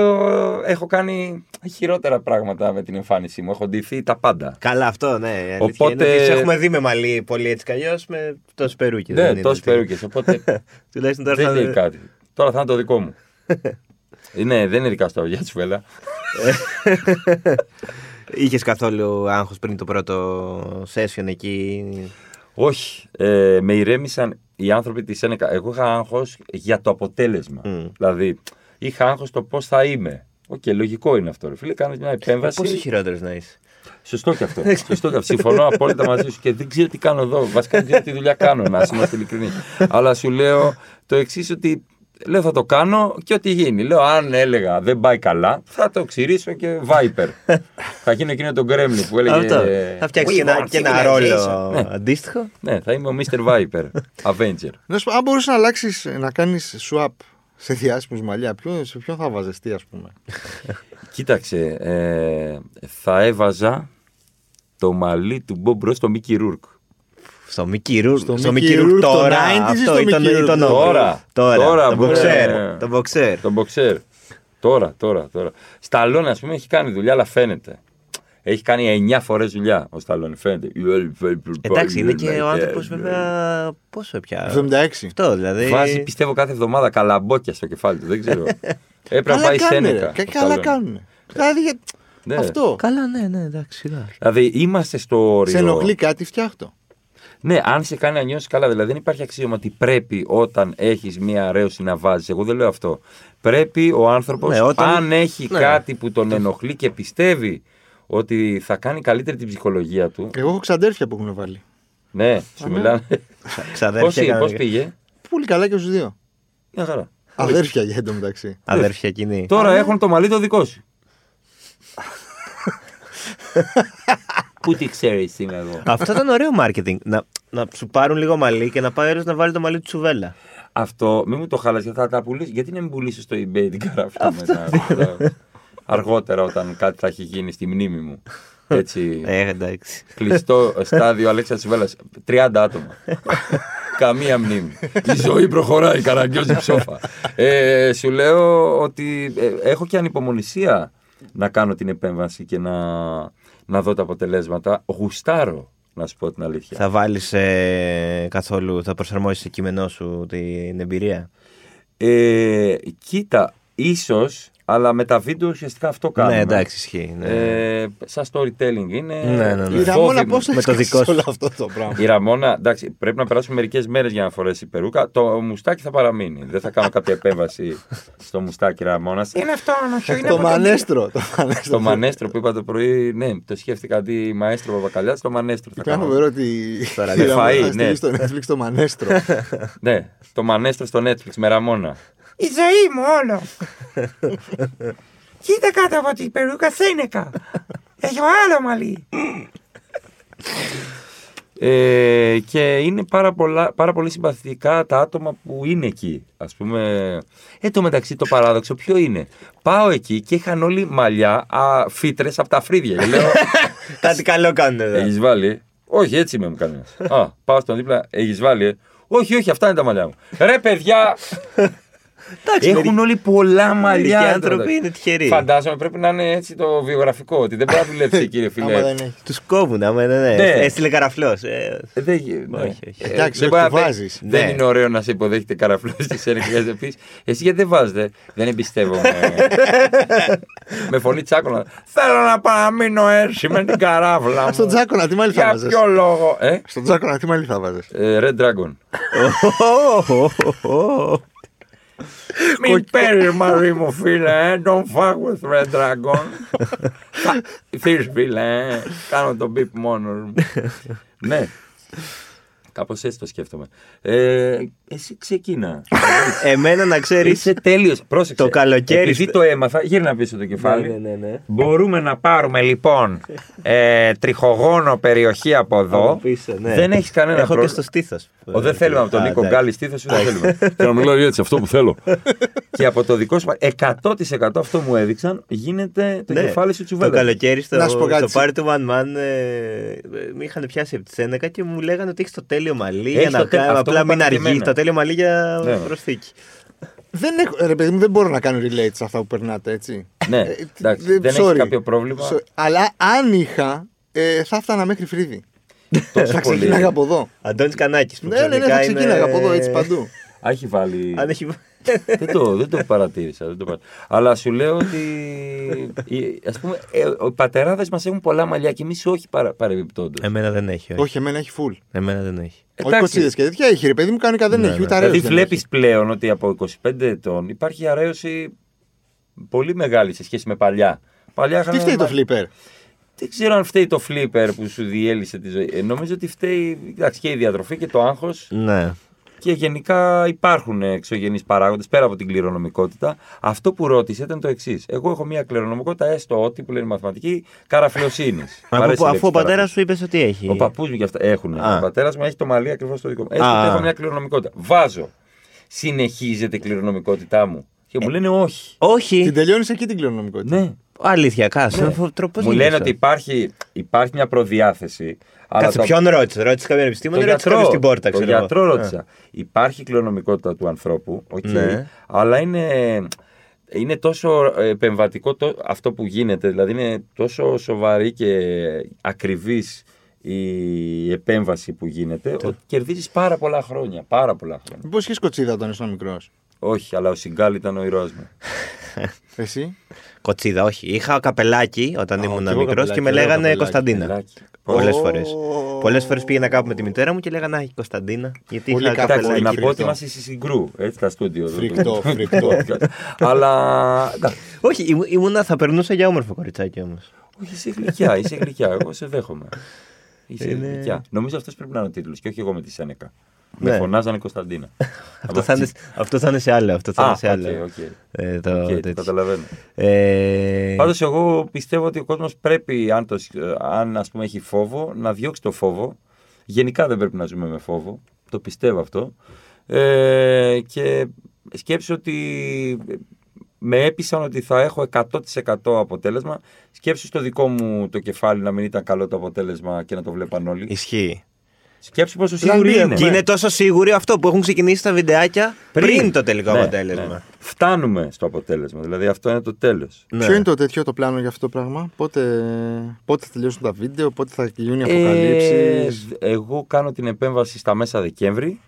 C: έχω κάνει χειρότερα πράγματα με την εμφάνισή μου. Έχω ντυθεί τα πάντα.
B: Καλά, αυτό, ναι. η αλήθεια
C: Οπότε-
B: είναι ότι σε έχουμε δει με μαλλί πολύ έτσι κι αλλιώς με τόσες περούκες.
C: Ναι, τόσε περούκες. Οπότε
B: Τουλάχιστον τώρα
C: δεν
B: θα
C: λέει κάτι. Τώρα θα είναι το δικό μου. ναι, δεν είναι δικά σου τα παιδιά, τσουβέλα.
B: Είχες καθόλου άγχος πριν το πρώτο session εκεί.
C: Όχι. Ε, με ηρέμησαν οι άνθρωποι της ΕΝΕΚΑ. Εγώ είχα άγχος για το αποτέλεσμα.
B: Mm.
C: Δηλαδή, είχα άγχος το πώς θα είμαι. Οκ, λογικό είναι αυτό. Ρε. Φίλε, κάνεις μια επέμβαση.
B: Πόσο χειρότερος να είσαι.
C: Σωστό και αυτό. Σωστό και αυτό. Συμφωνώ απόλυτα μαζί σου και δεν ξέρω τι κάνω εδώ. Βασικά δεν ξέρω τι δουλειά κάνω, να είμαστε ειλικρινεί. Αλλά σου λέω το εξής ότι λέω θα το κάνω και ό,τι γίνει. Λέω αν έλεγα δεν πάει καλά, θα το ξυρίσω και Viper. θα γίνω εκείνο τον Κρέμλι που έλεγε.
B: Αυτό. Θα φτιάξει και ένα, και ένα ρόλο αντίστοιχο.
C: Ναι, θα είμαι ο Mr. Viper, Avenger.
A: Να σου πω, αν μπορούσες να αλλάξεις, να κάνεις swap σε διάσημου μαλλιά, ποιον, σε ποιον θα βαζεστεί, ας πούμε.
C: Κοίταξε, ε, θα έβαζα το μαλλί του Μπομπ Ρος στο Μίκη Ρούρκ.
B: Στο Μικη Ρούρ.
A: Στο
B: Στο
A: Mickey
B: Mickey
A: Rourke
B: Rourke
A: το
B: τώρα.
A: 90s ή
B: Αυτό
A: στο
B: ήταν
A: Mickey Rourke
B: ήταν όντως.
C: τώρα?
B: Τώρα.
C: Τώρα,
B: Το
C: μπορεί.
B: boxer.
C: Ναι.
B: Το boxer.
C: Τον μποξέρ. Τώρα, τώρα, τώρα. Σταλόν, ας πούμε, έχει κάνει δουλειά, αλλά φαίνεται. Έχει κάνει 9 φορές δουλειά ο Σταλόν, φαίνεται. Ε,
B: Ε, Εντάξει,
C: Ναι,
B: είναι και ο άνθρωπος βέβαια. Πόσο
C: Ε.
B: πια.
A: 76.
B: Αυτό δηλαδή.
C: Βάζει, πιστεύω, κάθε εβδομάδα καλαμπόκια στο κεφάλι του. Δεν ξέρω. Έπρεπε να
A: Καλά
C: πάει
A: κάνουνε,
C: σένεκα.
A: κα-
C: ο
A: Καλά
C: Stallone.
A: κάνουν. Δηλαδή,
C: Ναι.
A: αυτό.
B: Καλά, ναι, ναι, εντάξει. εντάξει.
C: Δηλαδή, είμαστε στο όριο.
A: Σε ενοχλεί κάτι, φτιάχτω.
C: Ναι, αν σε κάνει να νιώσεις καλά. Δηλαδή, δεν υπάρχει αξίωμα ότι πρέπει όταν έχεις μία αρέωση να βάζεις. Εγώ δεν λέω αυτό. Πρέπει ο άνθρωπος,
B: Ναι, όταν-
C: αν έχει
B: ναι.
C: κάτι που τον ενοχλεί και πιστεύει ότι θα κάνει καλύτερη την ψυχολογία του.
A: Εγώ έχω ξαντέρφια που έχουν βάλει.
C: Ναι, σου μιλάνε.
B: Ξα-
C: Πώς
B: Ξαδέρφια.
C: είναι,
B: έκανα
C: Πώς
B: και-
C: πήγε.
A: Πολύ καλά και στους δύο.
C: Μια χαρά.
A: Αδέρφια για εντωμεταξύ.
B: Αδέρφια κοινή.
C: Τώρα έχουν το μαλλί το δικό σου. Πού τη ξέρεις είμαι εγώ.
B: Αυτό ήταν ωραίο marketing. Να, να σου πάρουν λίγο μαλλί και να πάει όλο να βάλει το μαλλί του τσουβέλα.
C: Αυτό μην μου το χάλασε, γιατί θα τα πουλήσεις. Γιατί να μην πουλήσεις στο eBay την καράφτα μετά. μετά, Αργότερα όταν κάτι θα έχει γίνει στη μνήμη μου. Έτσι.
B: Ε, εντάξει.
C: κλειστό στάδιο Αλέξα Τσιβέλλα. 30 άτομα. Καμία μνήμη. Η ζωή προχωράει, καραγκιόζει ψόφα. Ε, σου λέω ότι ε, έχω και ανυπομονησία να κάνω την επέμβαση και να, να δω τα αποτελέσματα. Γουστάρω, να σου πω την αλήθεια.
B: Θα βάλεις ε, καθόλου, θα προσαρμόσεις το κείμενό σου την εμπειρία.
C: Ε, κοίτα, ίσως, αλλά με τα βίντεο ουσιαστικά αυτό κάνουμε.
B: Ναι, εντάξει, ισχύει. Ναι.
C: Ε, σαν storytelling είναι.
B: Ναι, ναι, ναι.
C: Η
A: Η Ραμόνα
C: φόβη μου.
A: πώ
B: με το δικό σου.
A: όλο αυτό το πράγμα.
C: Η Ραμόνα, εντάξει, πρέπει να περάσουν μερικές μέρες για να φορέσει η περούκα. Το μουστάκι θα παραμείνει. Δεν θα κάνω κάποια επέμβαση στο μουστάκι Ραμόνας.
A: Ε,
D: Είναι αυτό, όχι, είναι
A: Το
D: από τον-
A: μανέστρο. Το μανέστρο.
C: Στο μανέστρο που είπα το πρωί, ναι, το σκέφτηκα αντί μαέστρο Παπακαλιά, στο μανέστρο θα
A: Κάνω
C: κάνω.
A: φοβερό ότι.
B: Τώρα,
A: η
C: ναι,
A: Ραμόνα
C: φαΐ,
A: θα στείλει
C: ναι.
A: στο Netflix το μανέστρο.
C: Ναι, το μανέστρο στο Netflix με Ραμόνα.
D: Η ζωή μου όλο. Κοίτα κάτω από την περούκα σένεκα. Έχω άλλο μαλλί.
C: Ε, και είναι πάρα, πολλά, πάρα πολύ συμπαθητικά τα άτομα που είναι εκεί. Ας πούμε. Ε, το μεταξύ το παράδοξο ποιο είναι. Πάω εκεί και είχαν όλοι μαλλιά φίτρε από τα φρύδια. Και λέω,
B: Κάτι καλό κάνουν εδώ.
C: Έχεις βάλει. Όχι, έτσι με μου κανένας. Α, πάω στον δίπλα, έχεις βάλει. ε. Όχι, όχι, αυτά είναι τα μαλλιά μου. Ρε, παιδιά!
B: Εντάξει,
C: Έχουν
B: μερικοί-
C: όλοι πολλά μαλλιά.
B: μερικοί
C: τώρα.
B: άνθρωποι είναι τυχεροί.
C: Φαντάζομαι πρέπει να είναι έτσι το βιογραφικό, ότι δεν μπορεί να δουλέψει, κύριε
A: Άμα
C: φιλέ.
A: δεν έχει.
B: Τους κόβουν, άμα ναι, ναι.
C: Ναι.
B: Έστειλε καραφλός. Ε,
C: Ε, Δεν γι- ναι.
B: Όχι, όχι.
C: Ε,
A: Εντάξει,
C: δεν
A: όχι,
C: μπορεί να-
A: τη βάζεις.
C: Δεν
B: Ναι.
C: είναι ωραίο να σε υποδέχεται καραφλός τη έρευνε να πεις Εσύ γιατί δεν βάζετε. Δεν εμπιστεύομαι. με φωνή τσάκωνα. Θέλω να παραμείνω έτσι με την καράβλα. μου.
A: Στον Τζάκονα, τι μαλλί θα
C: Για
A: βάζες?
C: ποιο λόγο. Ε?
A: Στον Τζάκονα, τι μαλλί θα βάζες.
C: Ε, Red Dragon.
B: οχ.
C: Μην παίρνει μαζί μου, φίλε. ε. Don't fuck with Red Dragon. Θες, φίλε. ε. Κάνω τον beep μόνος μου. Ναι. Κάπως έτσι το σκέφτομαι. Ε, εσύ ξεκίνα.
B: Εμένα να ξέρεις.
C: Είσαι τέλειος. Πρόσεξε.
B: Το καλοκαίρι
C: Επειδή
B: στε-
C: το έμαθα, γύρνα πίσω το κεφάλι.
B: ναι.
C: Μπορούμε να πάρουμε λοιπόν ε, τριχογόνο περιοχή από εδώ.
B: Από πίσω, ναι.
C: Δεν έχεις κανένα
B: Έχω και
C: πρόβλημα.
B: στο στήθος.
C: Ο, δεν θέλουμε από τον Νίκο Γκάλης στήθος, δεν θέλουμε. Ε, και να μιλάω έτσι, αυτό που θέλω. και από το δικό σου. 100% αυτό μου έδειξαν γίνεται Ναι, το κεφάλι σου
B: Ναι. Το
C: τσουβέλα.
B: καλοκαίρι στο,
A: Να σου πω κάτι.
B: στο πάρτι του Man Man ε, ε, με είχαν πιάσει από τις 11 και μου λέγανε ότι έχεις το τέλειο μαλλί για
C: Έχεις
B: να
C: το τέλειο-
B: κάνω.
C: αυτό
B: Απλά
C: μου
B: μην
C: είπαν και
B: αργεί.
C: εμένα.
B: Το τέλειο μαλλί για
C: Ναι.
B: προσθήκη.
A: Δεν έχω, ρε παιδί μου, δεν μπορώ να κάνω relate σε αυτά που περνάτε, έτσι.
C: Ναι,
A: Ε,
C: εντάξει, δεν έχεις κάποιο πρόβλημα.
A: Αλλά αν είχα, ε, θα φτάνα μέχρι φρύδι. θα
C: πολύ.
A: ξεκινάγα από εδώ.
B: Αντώνης Κανάκης.
A: Ναι, ναι, ναι, θα ξεκινάγα από εδώ, έτσι παντού.
C: Α, Έχει βάλει.
B: Αν έχει.
C: δεν, το, δεν το παρατήρησα. Δεν το παρα- Αλλά σου λέω ότι. οι- Ας πούμε, ε, οι πατεράδες μας έχουν πολλά μαλλιά και εμείς όχι παρα, παρεμπιπτόντως.
B: Εμένα δεν έχει. όχι.
A: Όχι, εμένα έχει full.
B: Εμένα δεν έχει.
A: Όχι κοτσίδε και τέτοια έχει, ρε παιδί μου, κανονικά δεν
B: Ναι,
A: έχει.
B: ναι.
A: Ούτε αρέσει.
C: Δηλαδή βλέπεις πλέον ότι από 25 ετών υπάρχει αρέωση πολύ μεγάλη σε σχέση με παλιά. Παλιά
A: Τι
C: είχαμε-
A: φταίει το flipper.
C: Δεν ξέρω αν φταίει το flipper που σου διέλυσε τη ζωή. Ε, νομίζω ότι φταίει εντάξει, και η διατροφή και το άγχος
B: Ναι.
C: και γενικά υπάρχουν εξωγενείς παράγοντες πέρα από την κληρονομικότητα. Αυτό που ρώτησε ήταν το εξής. Εγώ έχω μια κληρονομικότητα, έστω ότι που λένε οι μαθηματικοί, καραφλιοσύνη.
B: Αφού, αφού ο πατέρας σου είπες ότι έχει.
C: Ο παππούς μου και αυτά έχουν.
B: Α.
C: Ο πατέρας μου έχει το μαλλί ακριβώς το δικό μου. Έτσι
B: Α.
C: έχω μια κληρονομικότητα. Βάζω. Συνεχίζεται η κληρονομικότητά μου. Και
B: Ε.
C: μου λένε όχι.
B: Όχι.
A: Την τελειώνεις εκεί την κληρονομικότητα.
C: Ναι.
B: Αλήθεια, κάτσε. τρόπος
C: Μου λένε ότι υπάρχει, υπάρχει μια προδιάθεση. αλλά
B: Κάτσε,
C: το-
B: ποιον ρώτησε. Ρώτησε κάποιον επιστήμονα ή ρώτησε κάποιον στην πόρτα,
C: το
B: ξέρω. εγώ. Ε.
C: γιατρό
B: Α.
C: ρώτησα. Υπάρχει κληρονομικότητα του ανθρώπου, οκ,
B: Ναι.
C: αλλά είναι, είναι τόσο ε, επεμβατικό το, αυτό που γίνεται, δηλαδή είναι τόσο σοβαρή και ακριβής η επέμβαση που γίνεται, ότι κερδίζεις πάρα πολλά χρόνια, πάρα πολλά χρόνια.
A: Μήπω είχε κοτσίδα όταν ήσουν μικρός.
C: Όχι, αλλά ο Σιγκάλ ήταν ο ηρώας μου.
A: Εσύ.
B: Ε, Κοτσίδα, όχι. Είχα καπελάκι όταν
A: Α,
B: ήμουν
A: και εγώ
B: μικρός και
A: καπελάκι,
B: με
A: ωραίο
B: λέγανε
A: καπελάκι,
B: Κωνσταντίνα.
C: Λάκι.
B: Πολλές
A: Ω.
B: φορές. Πολλές φορές πήγαινα κάπου με τη μητέρα μου και λέγανε Α, η Κωνσταντίνα. Γιατί
A: Πολύ
B: είχα
A: κακό
C: Κοιτάξτε,
A: Καπελάκι,
C: να
B: καπελάκι.
C: πω ότι
A: φρικτό.
C: είμαστε στη συγκρού, έτσι τα στούντιο. του-
A: Φρικτό,
C: του-
A: φρικτό.
C: Αλλά. εντάξει,
B: Όχι, ήμου- ήμουνα, θα περνούσα για όμορφο κοριτσάκι όμως.
C: Όχι, είσαι γλυκιά, είσαι γλυκιά. Εγώ σε δέχομαι. Είσαι
B: Είναι-
C: γλυκιά. Νομίζω αυτός πρέπει να είναι ο τίτλος και όχι εγώ με τη Σένεκα.
B: Ναι.
C: Με φωνάζανε Κωνσταντίνα.
B: Αυτό, θα είναι, αυτό θα είναι σε άλλο. Αυτό θα
C: Α,
B: είναι σε άλλο.
C: οκ, οκ.
B: Ε, το,
C: Οκ, το
B: τέτοιο.
C: καταλαβαίνω.
B: Ε,
C: Πάντως, εγώ πιστεύω ότι ο κόσμος πρέπει, αν, το, σ- ε, αν ας πούμε έχει φόβο, να διώξει το φόβο. Γενικά δεν πρέπει να ζούμε με φόβο. Το πιστεύω αυτό. Ε, και σκέψω ότι ε, με έπεισαν ότι θα έχω 100% αποτέλεσμα. Σκέψου στο δικό μου το κεφάλι να μην ήταν καλό το αποτέλεσμα και να το βλέπαν όλοι.
B: Ισχύει.
C: Σκέψου πόσο
A: Plan B
C: σίγουροι
A: έχουμε.
C: είναι.
B: Και είναι τόσο σίγουροι αυτό που έχουν ξεκινήσει τα βιντεάκια πριν, το τελικό
C: Ναι, ναι.
B: αποτέλεσμα.
C: Φτάνουμε στο αποτέλεσμα. Δηλαδή αυτό είναι το τέλος.
B: Ναι.
A: Ποιο είναι το τέτοιο το πλάνο για αυτό το πράγμα, πότε, πότε θα τελειώσουν τα βίντεο, πότε θα γίνουν οι
B: Ε,
A: αποκαλύψει.
C: εγώ κάνω την επέμβαση στα μέσα Δεκέμβρη.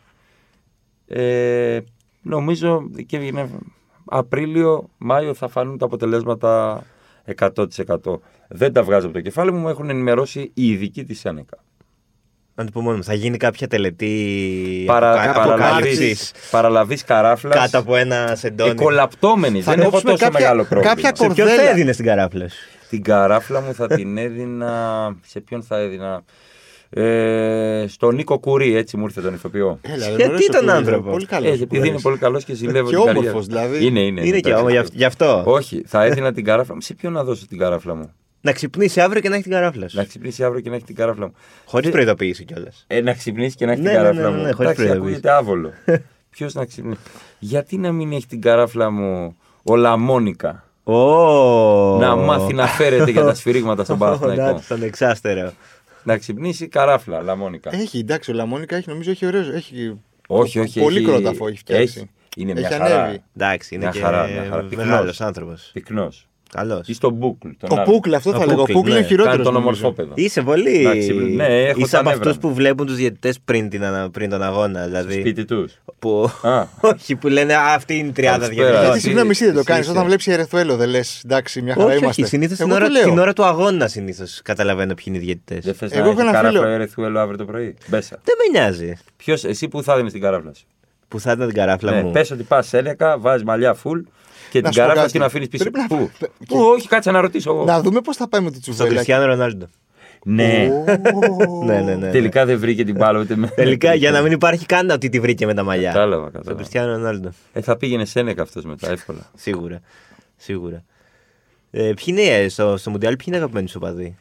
C: Ε, νομίζω Δεκέμβρη είναι Απρίλιο, Μάιο θα φανούν τα αποτελέσματα 100%. Δεν τα βγάζω από το κεφάλι μου, μου έχουν ενημερώσει οι ειδικοί της Σένεκα.
B: Να το πω μόνος, θα γίνει κάποια τελετή
C: Παρα,
B: αποκάλυψη
C: παραλαβής, παραλαβής καράφλας,
B: κάτω από ένα σεντόνι.
C: εκολαπτώμενη.
A: Θα
C: Ε, Δεν έχω
A: κόψουμε
C: τόσο
A: κάποια-
C: μεγάλο πρόβλημα.
A: κάποια
B: Σε ποιον θα
A: κορδέλα.
B: έδινες την καράφλα σου.
C: Την καράφλα μου θα την έδινα. Σε ποιον θα έδινα. Ε, στον Νίκο Κουρί, έτσι μου ήρθε τον ηθοποιό.
A: Έλα, ρε,
B: Γιατί
A: ωραίος ο
B: τον
A: Κουρίδης,
B: άνθρωπο?
A: Πολύ
C: Ε,
A: καλό.
C: επειδή είναι πολύ καλός και ζηλεύω
A: Και
C: την
A: όμορφος,
C: καριέρα.
A: δηλαδή.
C: Είναι, είναι.
B: Είναι και
C: εντάξει.
B: όμως γι' αυτό.
C: Όχι, θα έδινα την καράφλα μου. Σε ποιον να δώσω την καράφλα μου.
B: Να ξυπνήσει αύριο και να έχει την καράφλα
C: Να
B: σου.
C: ξυπνήσει αύριο και να έχει την καράφλα μου.
B: Χωρίς προειδοποίηση κιόλας.
C: Ε, να ξυπνήσει και να έχει
B: Ναι,
C: την
B: ναι,
C: καράφλα
B: ναι, ναι,
C: μου.
B: ναι, χωρίς
C: Εντάξει,
B: προειδοποίηση.
C: ακούγεται άβολο. Ποιος να ξυπνήσει. Γιατί να μην έχει την καράφλα μου ο Λαμόνικα. Να μάθει να φέρεται για τα σφυρίγματα στον
B: Να
C: Παναθηναϊκό.
B: τον εξάστερο.
C: να ξυπνήσει καράφλα, Λαμόνικα.
A: Έχει, εντάξει, ο Λαμόνικα έχει, νομίζω έχει ωραίος. Έχει
C: Όχι, όχι.
A: Πολύ
C: έχει-
A: κρόταφο έχει φτιάξει.
C: έχει. Είναι μια
A: Έχει
C: χαρά.
A: ανέβει.
B: Εντάξει, είναι
C: Μια
B: και
C: χαρά, μια χαρά.
B: μεγάλος
C: Πυκνός.
B: άνθρωπος.
C: Πυκνός.
B: Καλός.
C: Ή στον Μπούκλ. τον
A: Ο
C: άλλο.
A: Πούκλ, αυτό
B: Ο
A: θα λέγω. Ο
B: Πούκλ,
A: Πούκλ
B: ναι.
A: είναι χειρότερος.
C: Κάνει τον
A: νομίζω.
C: ομορφόπεδο.
B: Είσαι πολύ.
C: Εντάξει, ναι, έχω
B: Είσαι
C: τα
B: από
C: νεύρα
B: αυτούς
C: μου.
B: που βλέπουν τους διαιτητές πριν, την ανα- πριν τον αγώνα. Δηλαδή.
C: Σπίτι τους.
B: Που...
C: Α.
B: Όχι, που λένε «Α, αυτή είναι η τριάδα
C: Καλησπέρα.
A: Γιατί
B: διαιτητών.
C: Εσύ-
A: συγγνώμη, εσύ δεν το
C: εσύ
A: κάνει.
C: είσαι.
A: Όταν βλέπεις Ερεθουέλο, δεν λες. Εντάξει, μια χαρά
B: Όχι, όχι
A: είμαστε.
B: συνήθως την,
A: Εγώ το
B: ώρα-
A: λέω.
B: την ώρα του αγώνα συνήθως καταλαβαίνω ποιοι είναι οι διαιτητές.
C: Δεν θες
A: Εγώ
C: να
A: έχω
C: έχει
A: ένα
C: καράφλα
A: φίλο.
C: Ερεθουέλο αύριο το πρωί. Μπέσα.
B: Δεν με νοιάζει
C: Ποιος, εσύ που θα δίνεις την καράφλα σου.
B: που θα ήταν την καράφλα
C: Ναι,
B: μου.
C: πες ότι πας 11, βάζεις μαλλιά full και
A: Να
C: την
A: σου πω
C: καράφλα
A: κάτι.
C: την αφήνεις πίσω.
A: Πρέπει να-
C: Πού,
A: Πε-
C: Πού, όχι, κάτσε να ρωτήσω εγώ.
A: Να δούμε πώς θα πάει με την
B: Στον
A: τσουβέλα.
B: Κριστιανό Ρονάλντο.
C: Ναι,
A: Ω.
B: Ναι, ναι, ναι. ναι.
C: τελικά δεν βρήκε την μπάλα ούτε με.
B: Τελικά για να μην υπάρχει καν ότι τη βρήκε με τα μαλλιά.
C: Κατάλαβα,
B: Στον
C: κατάλαβα.
B: Κριστιανό Ρονάλντο.
C: Ε, θα πήγαινε 11 αυτός μετά, εύκολα.
B: Σίγουρα. Σίγουρα. Ε, ποιοι είναι ε, στο, στο Μουντιάλ, ποιοι είναι αγαπημένοι σου οπαδοί.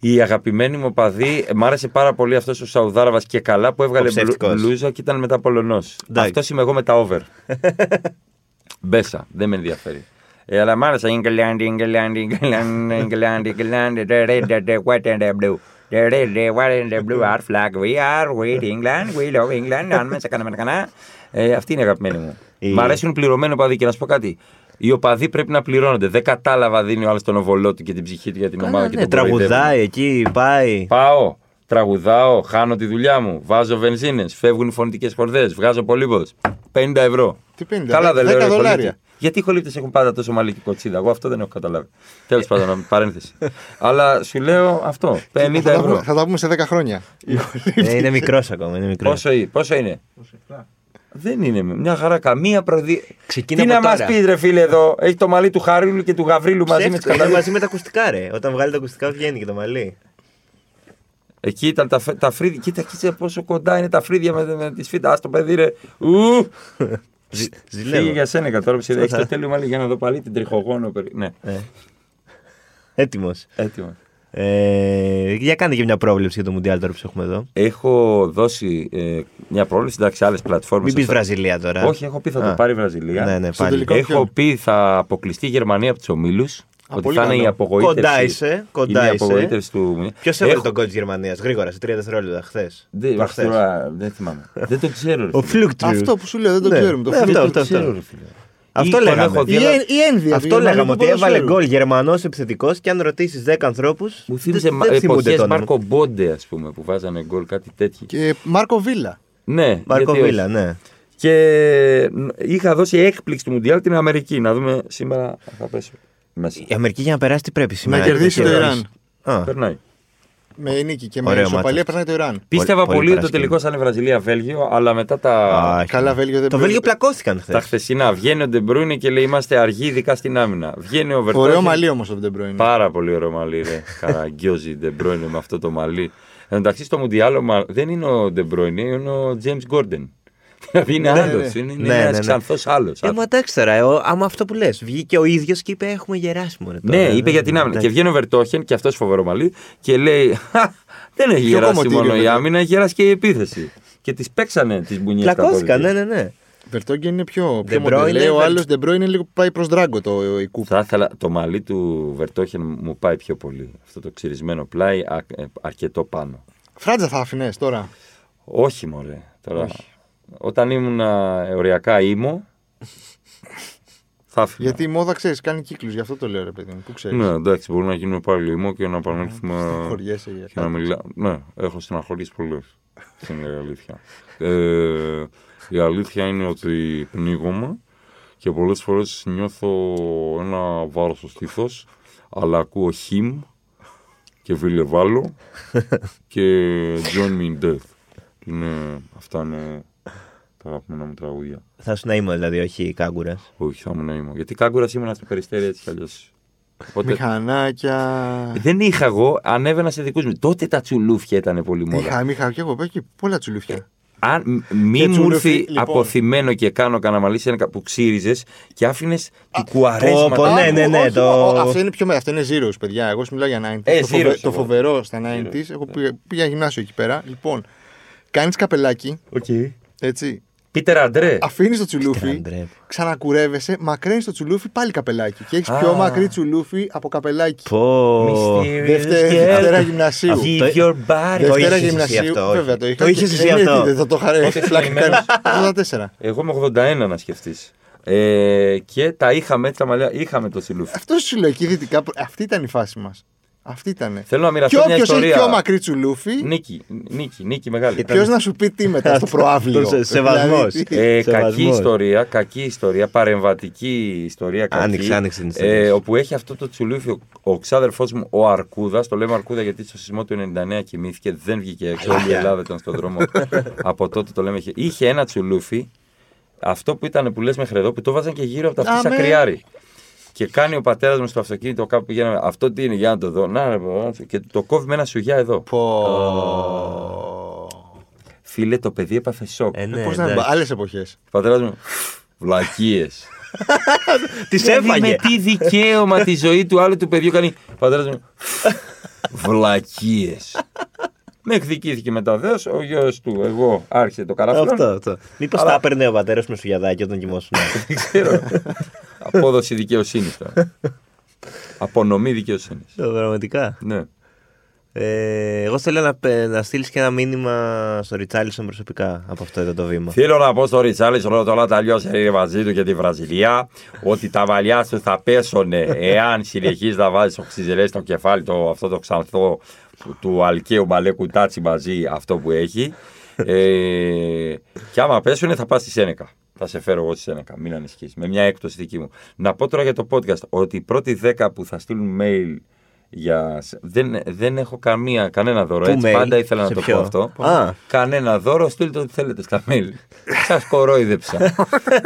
C: Η αγαπημένη μου παδί, μ' άρεσε πάρα πολύ αυτός ο Σαουδάραβας και καλά που
B: Ο
C: έβγαλε μπλου-
B: ψεύτικος.
C: μπλούζα και ήταν μετά Πολωνός.
B: Εντάξει.
C: Αυτός είμαι εγώ με τα over. Μπέσα, δεν με ενδιαφέρει. Ε, αλλά μ' άρεσε. Ιγκλάντι, Ιγκλάντι, Ιγκλάντι, Ιγκλάντι, Ιγκλάντι, the red and the white and the blue. The red, the white and the blue are flag. We are with England, we love England. Αν μέσα κανένα με κανά. Ε, αυτή είναι η αγαπημένη μου.
B: Η-
C: Μ' αρέσουν οι πληρωμένοι οπαδοί και να σου πω κάτι. Οι οπαδοί πρέπει να πληρώνονται. Δεν κατάλαβα δίνει ο άλλος τον οβολό του και την ψυχή του για την ομάδα
B: Καλά,
C: και
B: ναι,
C: τον κοροϊδεύουν.
B: τραγουδάει εκεί, πάει.
C: Πάω, τραγουδάω, χάνω τη δουλειά μου, βάζω βενζίνες, φεύγουν οι φωνητικές χορδές, βγάζω πολύβο. 50 ευρώ.
A: Τι 50,
C: Καλά δεν
A: 10
C: λέω. ρε,
A: δολάρια.
C: χολύπτη. Γιατί οι χολύπτε έχουν πάντα τόσο μαλλική κοτσίδα, εγώ αυτό δεν έχω καταλάβει. Τέλος πάντων, παρένθεση. Αλλά σου λέω αυτό,
A: Θα
C: 50
A: τα πούμε-
C: ευρώ.
A: Θα τα πούμε σε 10 χρόνια.
B: Ε, είναι μικρός ακόμα. Είναι μικρός.
C: Πόσο, είναι, πόσο είναι. Δεν είναι μια χαρά καμία προδί...
B: Ξεκίνα
C: Τι
B: από
C: να μας
B: τώρα.
C: πεις, ρε φίλε, εδώ. Έχει το μαλλί του Χαρίλου και του Γαβρίλου μαζί με τις
B: Ψεύτικο, είναι ε, μαζί με τα ακουστικά, ρε. Όταν βγάλει τα ακουστικά, βγαίνει και το μαλλί.
C: Εκεί ήταν τα, φε- τα φρύδια. Κοίτα, κοίτα πόσο κοντά είναι τα φρύδια με, με τη σφίτα. Ας το παιδί, ρε. Ου!
B: Ζη-
C: Φύγε
B: Ζηλεύω.
C: για σένα και τώρα που
B: Αυτό
C: έχει
B: θα-
C: το τέλειο μάλλον για να δω πάλι την τριχογόνο. περί- Ναι,
B: Έτοιμος.
C: έτοιμος.
B: Ε, για κάνε και μια πρόβλεψη για το Μουντιάλ τώρα που σε έχουμε εδώ.
C: Έχω δώσει ε, μια πρόβληση, εντάξει, άλλες πλατφόρμες.
B: Μην πεις Βραζιλία τώρα.
C: Όχι, έχω πει θα
B: Α.
C: το πάρει η Βραζιλία.
B: Ναι, ναι,
A: Στο
B: πάλι.
A: τελικό-
C: Έχω
A: ποιον?
C: πει θα αποκλειστεί η Γερμανία από τους ομίλους. Ότι
A: πολύ
C: θα είναι
A: καλό.
C: η απογοήτευση.
B: Κοντά είσαι, κοντά
C: είναι η
B: είσαι.
C: απογοήτευση του.
B: Ποιος έβαλε
C: Έχω-
B: τον κότ της Γερμανίας γρήγορα σε 30 δευτερόλεπτα χθες.
C: Δεν- τώρα, Δεν θυμάμαι. Δεν το ξέρω. ρε
B: Ο
C: φίλε.
B: Φλούκτρου.
A: Αυτό που σου λέω δεν το
B: Ναι.
A: ξέρουμε. Το
B: Ναι,
A: φίλο
B: αυτό,
A: του
C: Δεν
B: αυτό, αυτό.
C: ξέρω, ρε φίλε.
B: Αυτό
C: Ή τον
B: λέγαμε.
C: έχω δει,
A: Η
C: αλλά-
A: εν- Η ένδυα. του
B: Αυτό
A: Γερμανού
B: λέγαμε ότι
A: ποδοσφαίρου.
B: έβαλε γκολ Γερμανός επιθετικός και αν ρωτήσεις 10 ανθρώπους.
C: Μου θύμισε εποχέ Μάρκο Μπόντε, ας πούμε, που βάζανε γκολ, κάτι τέτοιο.
A: Και Μάρκο Βίλα.
C: Ναι,
B: Μάρκο
C: γιατί όχι.
B: Βίλα, ναι.
C: Και είχα δώσει έκπληξη του Μουντιάλ την Αμερική. Να δούμε σήμερα αν θα πέσω μέσα.
B: Η Αμερική για να περάσει τι πρέπει σήμερα.
A: Να κερδίσει το
B: Δεν
A: Ιράν.
B: ξέρω. Α,
C: Περνάει.
A: Με νίκη και με
B: Ωραίο
A: ισοπαλία
B: μάτσο.
A: περνάει το Ιράν.
C: Πίστευα
B: πολύ
C: πολύ ότι το
B: παρασκήνιο.
C: τελικό θα είναι Βραζιλία-Βέλγιο, αλλά μετά
B: Α,
C: τα,
B: όχι.
A: Καλά, Βέλγιο δεν
B: Το
A: πρέπει.
B: Βέλγιο πλακώθηκαν
C: τα
B: χθε.
C: χθεσινά βγαίνει ο Ντεμπρούνι και λέει είμαστε αργοί, ειδικά στην άμυνα. Βγαίνει ο Βερτόχεν.
A: Ωραίο μαλλί όμως από τον Ντεμπρόιν.
C: Πάρα πολύ ωραίο μαλλί, ρε. Καραγκιόζη Ντεμπρόινε με αυτό το μαλλί. Εν τω μεταξύ στο Μουντιάλ ο Μα- δεν είναι ο Ντεμπρόινε, είναι ο Τζέιμ Γκόρντεν. Δηλαδή είναι
A: Ναι,
C: άλλος.
A: ναι.
C: Είναι
B: Ναι,
C: ένας
B: ναι, ναι.
C: ξανθό άλλος.
B: Ε, μα εντάξει τώρα, ε, ο- άμα αυτό που λες. Βγήκε ο ίδιος και είπε: Έχουμε γεράσει μόνο.
C: Ναι, είπε για την άμυνα. Και βγαίνει ο Βερτόχεν και αυτός φοβερό μαλλί και λέει: «Χα, Δεν έχει
A: Ποιο
C: γεράσει
A: κομμωτήριο,
C: μόνο η
A: παιδιά?»
C: άμυνα, έχει γεράσει και η επίθεση. Και τις παίξανε τις μπουνιές
B: Πλακώθηκαν, ναι, ναι, ναι.
A: Βερτόγκεν είναι πιο, πιο
B: De Bruyne,
A: μοντελέ. Ο
B: Βερ-
A: άλλο Ντεμπρόιν είναι λίγο πάει προς δράγκο το η κούπα.
C: Θα ήθελα το μαλλί του Βερτόχεν μου πάει πιο πολύ. Αυτό το ξυρισμένο πλάι α- ε, αρκετό πάνω.
A: Φράτζα θα άφηνες
B: Ναι.
A: τώρα.
C: Όχι, μωρέ. Τώρα, Όταν ήμουν οριακά ήμο. θα έφυγα.
A: Γιατί η μόδα ξέρεις, κάνει κύκλους. Γι' αυτό το λέω ρε παιδί μου. Πού ξέρεις.
C: Ναι, εντάξει, μπορούμε να γίνουμε πάλι ήμο και να επανέλθουμε.
A: Χωριέσαι για
C: Και να μιλά... Ναι, έχω στεναχωρήσει πολλές. Είναι η αλήθεια. Ε, η αλήθεια είναι ότι πνίγομαι και πολλές φορές νιώθω ένα βάρος στο στήθος, αλλά ακούω χιμ και βιλεβάλο και join me in death. Είναι, αυτά είναι τα αγαπημένα μου τραγούδια.
B: Θα σου να είμαι δηλαδή, όχι κάγκουρας.
C: Όχι, θα ήμουν ήμουν. Γιατί κάγκουρας ήμουν στο περιστέρι έτσι κι αλλιώς. Οπότε
A: Μηχανάκια.
C: δεν είχα εγώ, ανέβαινα σε δικούς μου. Τότε τα τσουλούφια ήταν πολύ μόδα.
A: Είχα, είχα και εγώ εκεί πολλά τσουλούφια.
C: Αν μη
A: Και
C: μου
A: τσουλούφι,
C: έρθει
A: λοιπόν.
C: αποθυμένο και κάνω καναμαλί σε ένα κα- που ξύριζες και άφηνες του
B: πω, πω,
C: κουαρέσμα.
B: ναι, ναι, ναι,
A: όχι,
B: το-
A: ο- Αυτό είναι πιο μέσα. Αυτό είναι Zeros, παιδιά. Εγώ σου μιλάω για 90s.
C: Ε,
A: το,
C: Zeros εγώ.
A: το φοβερό στα
B: ναι.
A: 90s. Εγώ πήγα, πήγα γυμνάσιο εκεί πέρα. Λοιπόν, κάνεις καπελάκι.
C: Okay.
A: Έτσι.
C: Πίτερ Αντρέ.
A: Αφήνεις το τσουλούφι,
B: Αντρέ.
A: ξανακουρεύεσαι, μακραίνεις το τσουλούφι, πάλι καπελάκι. Και έχεις
C: Α.
A: πιο μακρύ τσουλούφι από καπελάκι.
B: Πω.
C: Mysterious
A: Δευτέρα-
C: girl.
A: Δευτέρα γυμνασίου.
C: Give
B: Το-
C: your body.
B: Το είχες
A: Δευτέρα
B: εσύ
A: γυμνασίου.
B: αυτό, όχι.
A: Βέβαια, το είχα.
B: Το είχες
A: και-
B: εσύ
A: ε,
B: αυτό.
A: ναι, Θα το χαρέσει.
C: Πόσο
A: Φλάκι
C: καημένος.
A: κάνει. 84.
C: Εγώ είμαι 81 να σκεφτείς. Ε, και τα είχαμε έτσι τα μαλλιά. Είχαμε το τσιλούφι.
A: Αυτό σου λέω εκεί δυτικά. προ- Αυτή ήταν η φάση μας. Αυτή ήταν.
C: Θέλω να
A: Και
C: μοιραστώ μια
A: όποιος έχει
C: ιστορία.
A: πιο μακρύ
B: Ναι,
A: τσουλούφι,
C: Νίκη, νίκη, νίκη μεγάλη.
A: ποιος να σου πει τι μετά στο προάβλιο.
B: σε- σεβασμός.
A: Δηλαδή, τι-
C: Ε,
B: Σεβασμός.
C: κακή ιστορία, κακή ιστορία, παρεμβατική ιστορία. Κακή,
B: Άνοιξε, άνοιξε την ιστορία
C: ε,
B: σου.
C: όπου έχει αυτό το τσουλούφι ο, ο ξάδερφός μου, ο Αρκούδας. Το λέμε Αρκούδα γιατί στο σεισμό του 99 κοιμήθηκε, δεν βγήκε έξω. Όλη η Ελλάδα ήταν στον δρόμο. Από τότε το λέμε. Είχε ένα τσουλούφι, αυτό που ήταν που λες μέχρι εδώ, που το βάζαν και γύρω από τα
A: Αμέ.
C: αυτιά κρυάρι. Και κάνει ο πατέρας μου στο αυτοκίνητο κάπου πηγαίναμε. Αυτό τι είναι, για να το δω. Να, ρε, πω, να- και το κόβει με ένα σουγιά εδώ.
A: Πω.
C: Φίλε, το παιδί έπαθε σοκ.
B: Ε, ναι,
A: Πώς να
B: εντάξει.
A: άλλες εποχές.
C: Πατέρας μου, βλακίες.
B: Τις
C: Δηλαδή,
B: έφαγε.
C: Με τι δικαίωμα τη ζωή του άλλου του παιδιού κάνει. Πατέρας μου. Βλακίες. Με εκδικήθηκε μετά δέος, ο γιος του. Εγώ άρχισε το
B: Αυτό,
C: καράφλο.
B: αυτό. Μήπως τα έπαιρνε ο πατέρας με σουγιαδάκι όταν κοιμόσουν.
C: Δεν ξέρω. Απόδοση δικαιοσύνης τώρα. Απονομή δικαιοσύνης.
B: Ε, Πραγματικά.
C: Ναι.
B: Ε, εγώ θέλω να, πε- να στείλεις και ένα μήνυμα στο Ριτσάλισον προσωπικά από αυτό εδώ το βήμα.
C: Θέλω να πω στο Ριτσάλης Ρότολα τα λιώσε μαζί του και τη Βραζιλία ότι τα μαλλιά σου θα πέσουνε εάν συνεχίζεις να βάζεις οξυζελές στο κεφάλι το, αυτό το ξανθό που- του αλκαίου μπαλέ κουτάτσι μαζί αυτό που έχει. Ε, και άμα πέσουνε θα πας στη Σένεκα. Θα σε φέρω εγώ στη Σένεκα, μην ανησυχείς. Με μια έκπτωση δική μου. Να πω τώρα για το podcast ότι οι πρώτοι 10 που θα στείλουν mail για... σ- Δεν, δεν έχω καμία, κανένα δώρο.
B: Πού
C: Έτσι,
B: mail?
C: πάντα ήθελα να
B: Σε
C: το
B: ποιο?
C: πω αυτό.
B: Α.
C: Κανένα δώρο, στείλτε ό,τι θέλετε στα mail. Σας κορόιδεψα.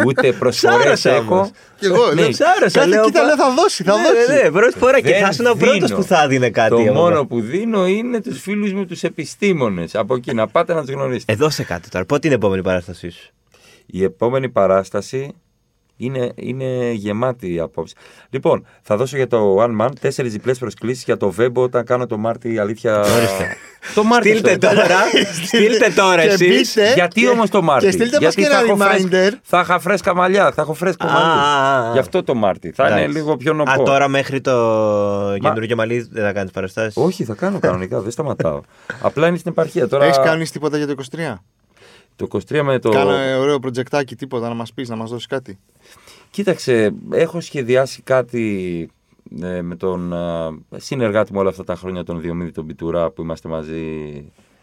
C: Ούτε προσφορέ
B: Σάρεσε
C: έχω.
B: όμως.
A: Κι εγώ,
C: Ναι,
A: λέω,
B: Σ' άρεσε,
A: Κάτι
B: λέω,
A: κοίτα,
B: πα-
A: λέω, θα δώσει, θα
B: ναι,
A: δώσει.
B: Ναι, ναι, πρώτη φορά και
C: Δεν
B: θα ήσουν ο
C: δίνω.
B: πρώτο που θα έδινε κάτι. ναι.
C: Το
B: εγώ.
C: μόνο που δίνω είναι τους φίλους μου, τους επιστήμονες. Από εκεί να πάτε να τους γνωρίσετε.
B: Ε, δώσε κάτι τώρα. Πότε είναι η επόμενη παράστασή σου.
C: Η επόμενη παράσταση είναι, είναι γεμάτη απόψε. Λοιπόν, θα δώσω για το One Man τέσσερις διπλές προσκλήσεις για το Βέμπο όταν κάνω το Μάρτι. η Αλήθεια. το Μάρτι.
B: Στείλτε
C: αυτό.
B: τώρα. Στείλτε τώρα
A: Και
B: εσείς.
A: μπείτε
C: Γιατί
A: και-
C: όμως το Μάρτι.
A: Και στείλτε μας
C: Γιατί
A: και ένα
C: θα έχω
A: reminder.
C: φρέσκα- Θα είχα φρέσκα μαλλιά, θα έχω φρέσκο
B: Α, α,
C: μαλλί.
B: α.
C: Γι' αυτό το Μάρτι. Θα είναι
B: Εντάξει.
C: λίγο πιο νοπό.
B: Α, τώρα μέχρι το καινούργιο μαλλί δεν θα κάνεις παραστάσεις.
C: Όχι, θα κάνω κανονικά, δεν σταματάω. Απλά είναι στην επαρχία. Τώρα
A: Έχεις κάνει τίποτα για το 23.
C: το 23 με το.
A: Κάνα ωραίο προτζεκτάκι, τίποτα να μας πεις, να μας δώσεις κάτι.
C: Κοίταξε, έχω σχεδιάσει κάτι ε, με τον ε, συνεργάτη μου όλα αυτά τα χρόνια, τον Διομήδη τον Πιτουρά που είμαστε μαζί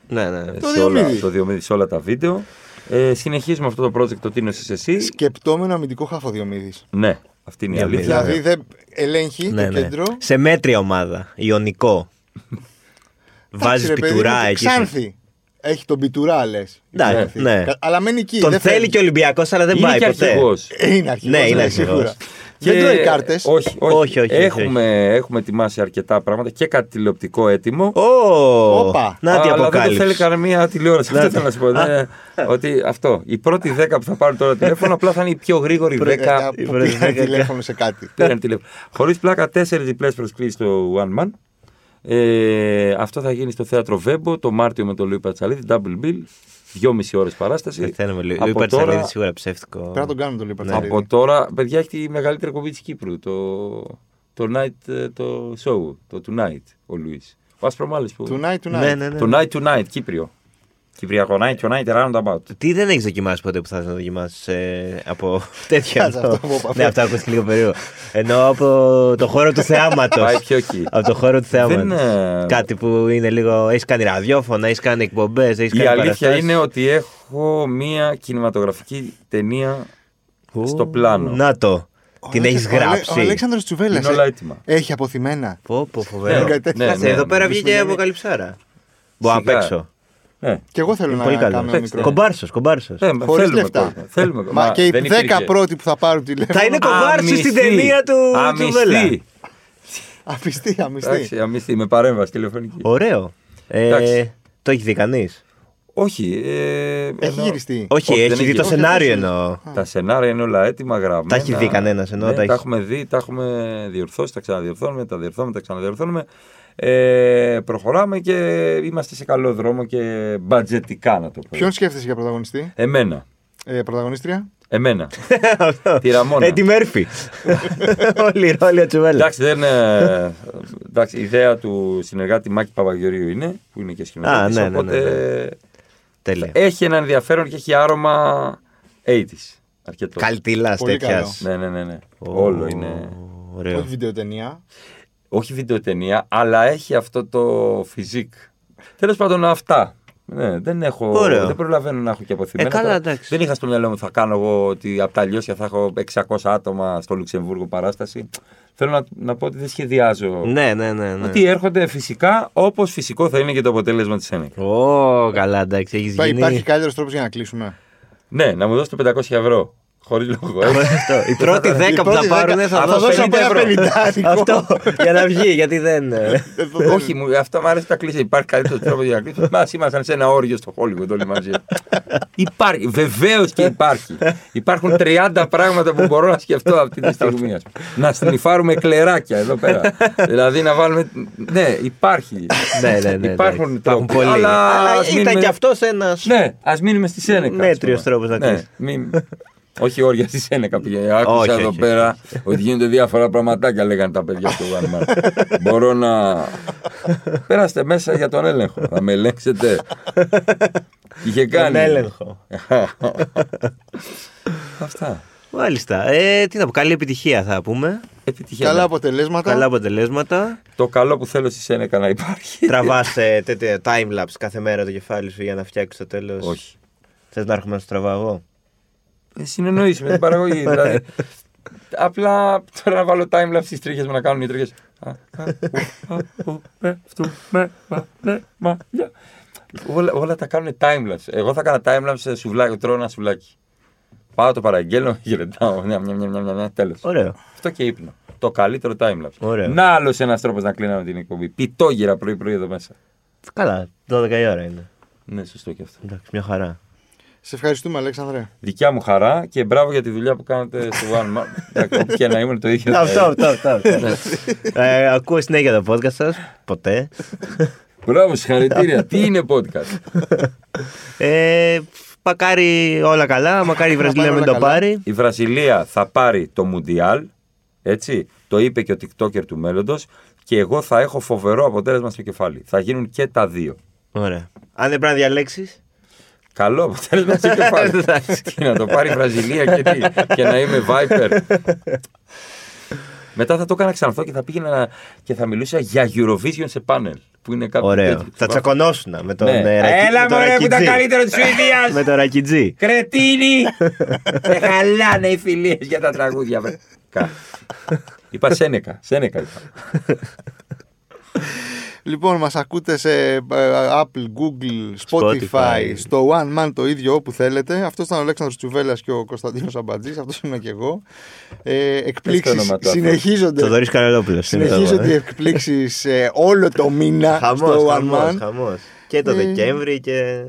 B: Ναι, ναι.
C: ε,
A: Το
C: σε, όλα,
A: Διομήδη.
C: το Διομήδη, σε όλα τα βίντεο. Ε, συνεχίζουμε αυτό το project, το τι νοσείς εσύ.
A: Σκεπτόμενο αμυντικό χαφοδιομίδη.
C: Ναι, αυτή είναι η
B: Διομήδη.
C: αλήθεια.
A: Δηλαδή δεν ελέγχει
B: Ε, Ναι,
A: το
B: ναι.
A: κέντρο.
B: Σε μέτρια ομάδα. Ιωνικό. Βάζει
A: Εντάξει, ρε, παιδί
B: πιτουρά
A: μου,
B: εκεί.
A: Ξάνθη. Έχει τον πιτουρά, λε.
B: Εντάξει, ναι.
A: Αλλά μένει εκεί.
B: Τον
A: δεν
B: θέλει
A: φεύγει.
B: και ο Ολυμπιακός, αλλά δεν
C: είναι
B: πάει
C: και
B: ποτέ.
C: αρχηγός.
A: Ε, Είναι αρχηγός.
B: Ναι, είναι αρχηγός.
A: σίγουρα.
C: Και-
A: Δεν τρώει κάρτες.
C: Όχι, όχι.
B: Όχι, όχι,
C: έχουμε, έχουμε ετοιμάσει αρκετά πράγματα και κάτι τηλεοπτικό έτοιμο.
B: Ω!
A: Όπα.
B: Να την
C: Αλλά δεν το θέλει
B: αποκάλυψη.
C: καμία τηλεόραση. Αυτό θέλω να σου πω. ναι. ότι αυτό. Οι πρώτοι 10 που θα πάρουν τώρα τηλέφωνο απλά θα είναι οι πιο γρήγοροι 10
A: Που
B: βρε,
A: πήραν
B: δέκα.
A: Ε, τηλέφωνο σε κάτι.
C: πήραν τηλέφωνο. Χωρίς πλάκα, τέσσερις διπλές προσκλήσεις στο One Man. Ε, αυτό θα γίνει στο θέατρο Βέμπο το Μάρτιο με τον Λουί Πατσαλίδη. Double bill. Δυόμιση ώρες παράσταση.
B: Δεν θέλουμε λίγο.
C: Από
B: Ο Υπερτσαλίδη
C: τώρα-
B: σίγουρα ψεύτικο.
A: Πρέπει να τον κάνουμε τον
B: Ναι.
A: Λίπερ.
C: από τώρα, παιδιά, έχει τη μεγαλύτερη εκπομπή της Κύπρου. Το, το, night, ε, το show, το Tonight, ο Λουίς. Ο Ασπρομάλης που.
A: Tonight,
B: Ναι,
A: tonight.
B: ναι, ναι.
C: Tonight, Tonight, Κύπριο. Κυπριακό night, tonight, roundabout.
B: Τι δεν έχεις δοκιμάσει ποτέ που θα να δοκιμάσεις από τέτοια.
A: Κάτσε, αυτό που είπα.
B: ναι, αυτό ακούστηκε λίγο περίεργο. Ενώ από το χώρο του θεάματος.
C: Πάει πιο εκεί.
B: από το χώρο του θεάματος.
C: ε,
B: Κάτι που είναι λίγο. Έχεις κάνει ραδιόφωνα, έχεις κάνει εκπομπές, έχεις κάνει.
C: Η αλήθεια
B: παραστάσεις.
C: είναι ότι έχω μία κινηματογραφική ταινία
B: Ου,
C: στο πλάνο.
B: Να το.
A: Ο
B: Την
A: Αλέξα-
B: έχεις
A: ο Αλέ- Ο
B: γράψει.
A: Αλέξανδρος Τσουβέλλας.
C: Είναι όλα
A: ε,
C: έτοιμα.
A: Έχει αποθυμένα.
B: Πω, πω, φοβερό.
A: Ναι, ναι, ναι,
B: Κάτσε,
C: ναι,
B: εδώ
C: ναι.
B: πέρα
A: Μου
B: βγήκε
A: σημαίνει-
B: αποκαλυψάρα. Μπορώ να
C: Σιγά.
B: παίξω.
C: Ναι.
A: Και εγώ θέλω
B: Είναι πολύ
A: να κάνω
B: καλό.
A: ένα
C: Παίξτε.
A: μικρό.
B: Κομπάρσος, κομπάρσος.
C: Ε,
A: Χωρίς
C: θέλουμε
A: λεφτά.
C: κόσμο, θέλουμε κόσμο.
A: Μα και οι
C: δεν
A: 10
C: υπήρχε.
A: πρώτοι που θα πάρουν τηλέφωνο.
B: Θα είναι κομπάρσος στην
C: Αμυστή.
B: ταινία του
C: Αμυστή.
B: Τσουβέλα.
A: Αμυστή, αμυστή.
C: Εντάξει, αμυστή, με παρέμβαση τηλεφωνική.
B: Ωραίο. Ε,
C: Εντάξει.
B: το έχει δει κανείς.
C: Όχι. Ε,
A: Έχει
C: εννοώ-
A: γυριστεί.
B: Όχι,
C: Όχι,
B: έχει
C: δεν
B: δει
C: έχει.
B: το
C: Όχι,
B: σενάριο
A: δεν έχει.
B: εννοώ.
C: Τα σενάρια είναι όλα έτοιμα, γραμμένα.
B: Τα έχει δει κανένας, εννοώ,
C: Ναι,
B: τα
C: τα,
B: έχει-
C: έχουμε δει, τα έχουμε διορθώσει, τα ξαναδιορθώνουμε, τα διορθώνουμε, τα ξαναδιορθώνουμε. Ε, προχωράμε και είμαστε σε καλό δρόμο και μπατζετικά να το πω.
A: Ποιον σκέφτεσαι για πρωταγωνιστή.
C: Εμένα.
A: Ε, πρωταγωνίστρια.
C: Εμένα. Τη Ραμόνα.
B: Ε, τη Μέρφυ. Όλη η ρόλια τσουβέλας.
C: Εντάξει, δεν, ε, εντάξει, η ιδέα του συνεργάτη Μάκη Παπαγιορίου είναι, που είναι και
B: Α,
C: σκηνοθέτης,
B: ναι, ναι, ναι,
C: οπότε
B: Τέλεια.
A: ε,
C: έχει ένα ενδιαφέρον και έχει άρωμα 80's. Αρκετό.
B: Καλτήλα
A: Πολύ
B: τέτοιας.
A: καλό.
C: Ναι, ναι, ναι, ναι.
B: Ω,
C: Όλο είναι...
A: Όχι
B: Ωραίο.
A: βιντεοτενία.
C: Όχι βιντεοτενία, αλλά έχει αυτό το φιζικ. Τέλος πάντων, αυτά. Ναι, δεν, έχω,
B: Ωραίο.
C: δεν προλαβαίνω να έχω και αποθυμένα.
B: Ε, καλά,
C: Τώρα,
B: εντάξει.
C: Δεν είχα στο μυαλό μου ότι θα κάνω εγώ ότι από τα λιώσια θα έχω 600 άτομα στο Λουξεμβούργο παράσταση. Θέλω να, να πω ότι δεν σχεδιάζω.
B: Ναι, ναι, ναι. ναι.
C: Ότι έρχονται φυσικά όπως φυσικό θα είναι και το αποτέλεσμα της ένεκ.
B: Ω, καλά, εντάξει, έχεις γίνει.
A: Υπάρχει καλύτερος τρόπος για να κλείσουμε.
C: Ναι, να μου δώσετε 500 ευρώ. Χωρίς λόγο. ε.
B: Αυτό. Οι πρώτοι 10 που θα
A: πρώτοι
B: πάρουν
A: δέκα.
B: θα
A: Θα
B: δώσουν
A: δώσω από ένα
B: 50
A: πενηντάρικο.
B: Αυτό. Για να βγει, γιατί δεν. ε.
C: Όχι, μου, αυτά μου αρέσουν τα κλείσια. Υπάρχει καλύτερος τρόπος για να κλείσουμε. Μα ήμασταν σε ένα όριο στο Hollywood όλοι μαζί. υπάρχει, βεβαίως και υπάρχει. Υπάρχουν 30 πράγματα που μπορώ να σκεφτώ αυτή τη στιγμή. ας πούμε. να συνυφάρουμε κλεράκια εδώ πέρα. δηλαδή να βάλουμε. Ναι, υπάρχει.
B: Ναι, ναι, ναι.
C: Υπάρχουν
B: εντάξει.
C: τρόποι.
B: πολλοί.
C: Αλλά,
B: Αλλά
C: ας
B: ήταν
C: μείνουμε-
B: κι αυτός ένας.
C: Ναι, ας μείνουμε στη Σένεκα. ας
B: Μέτριος
C: πούμε.
B: τρόπος να
C: ναι,
B: κλείσει.
C: μην... Όχι όρια στη Σένεκα πήγαινε. Άκουσα
B: Όχι,
C: εδώ
B: όχι,
C: πέρα ότι γίνονται διάφορα πραγματάκια, λέγανε τα παιδιά στο One Man. Μπορώ να. Πέραστε μέσα για τον έλεγχο. Θα με ελέγξετε. Είχε κάνει.
B: Τον έλεγχο.
C: Αυτά.
B: Μάλιστα. Ε, τι να πω, καλή επιτυχία θα πούμε.
C: Επιτυχία.
A: Καλά αποτελέσματα.
B: Καλά αποτελέσματα.
C: Το καλό που θέλω στη Σένεκα να υπάρχει.
B: Τραβά τέτοια timelapse κάθε μέρα το κεφάλι σου για να φτιάξεις το τέλος.
C: Όχι.
B: Θες να έρχομαι να σου τραβάω εγώ.
C: Συνεννοήσει με Ε, την παραγωγή. δηλαδή. Απλά τώρα να βάλω timelapse στις τρίχες μου να κάνουν οι τρίχες. Α, α, ου, α, ου, ε, φτου, με, μα, ναι, μα, γεια. Όλα, όλα τα κάνουν timelapse. Εγώ θα κάνα timelapse σε σουβλάκι, τρώω ένα σουβλάκι. Πάω το παραγγέλνω, χαιρετάω. Μια, μια, μια, μια, μια, μια, τέλος.
B: Ωραίο.
C: Αυτό και ύπνο. Το καλύτερο timelapse.
B: Ωραίο.
C: Να άλλος ένας τρόπος να κλείναμε την εκπομπή. Πιτόγυρα πρωί-πρωί εδώ μέσα.
B: Καλά, 12 η ώρα είναι.
C: Ναι, σωστό και αυτό.
B: Εντάξει, μια χαρά.
A: Σε ευχαριστούμε, Αλέξανδρε.
C: Δικιά μου χαρά και μπράβο για τη δουλειά που κάνετε στο One Man. Εντάξει, όπου Και να ήμουν το ίδιο. θα
B: αυτό,
C: ήμουν.
B: αυτό, αυτό. αυτό. ε, ακούω συνέχεια το podcast σας. Ποτέ.
C: Μπράβο, συγχαρητήρια. Τι είναι podcast.
B: Ε, μακάρι όλα καλά. Μακάρι η
A: Να
B: Βραζιλία
A: πάνε
B: μην
A: όλα
B: το
A: καλά.
B: πάρει.
C: Η Βραζιλία θα πάρει το Μουντιάλ. Έτσι. Το είπε και ο TikToker του μέλλοντος. Και εγώ θα έχω φοβερό αποτέλεσμα στο κεφάλι. Θα γίνουν και τα δύο.
B: Ωραία. Αν δεν πρέπει να διαλέξεις.
C: Καλό αποτέλεσμα στο κεφάλι. Τι να το πάρει η Βραζιλία και, τι, και να είμαι Viper. Μετά θα το έκανα ξανθό και θα πήγαινα να- και θα μιλούσα για Eurovision σε πάνελ. Που είναι κάποιο
B: Ωραίο.
C: τέτοιο.
B: ε, Θα τσακωνόσουν με τον
C: Ναι.
B: ε, ρακι- με
D: Έλα
B: τον
D: μωρέ που τα
B: ρακιτζή.
D: καλύτερα της Σουηδίας.
B: Με τον ρακιτζή.
D: Κρετίνη. Ε,
C: Με χαλάνε οι φιλίες για τα τραγούδια, βρε. Κα. Είπα Σένεκα. Σένεκα είπα.
A: Λοιπόν, μας ακούτε σε ε, Apple, Google, Spotify,
B: Spotify.
A: στο One Man το ίδιο όπου θέλετε. Αυτός ήταν ο Αλέξανδρος Τσουβέλλα και ο Κωνσταντίνος Αμπατζής. Αυτός είμαι και εγώ. Ε,
C: Πες το
A: εκπλήξεις
C: όνομα του
A: συνεχίζονται.
B: Το Δωρή Καραλόπουλο. ναι.
A: Συνεχίζονται οι
B: ε.
A: εκπλήξει όλο το μήνα
B: Χαμός,
A: στο One
B: χαμός,
A: Man.
B: χαμός. Και το
A: Ε.
B: Δεκέμβρη και.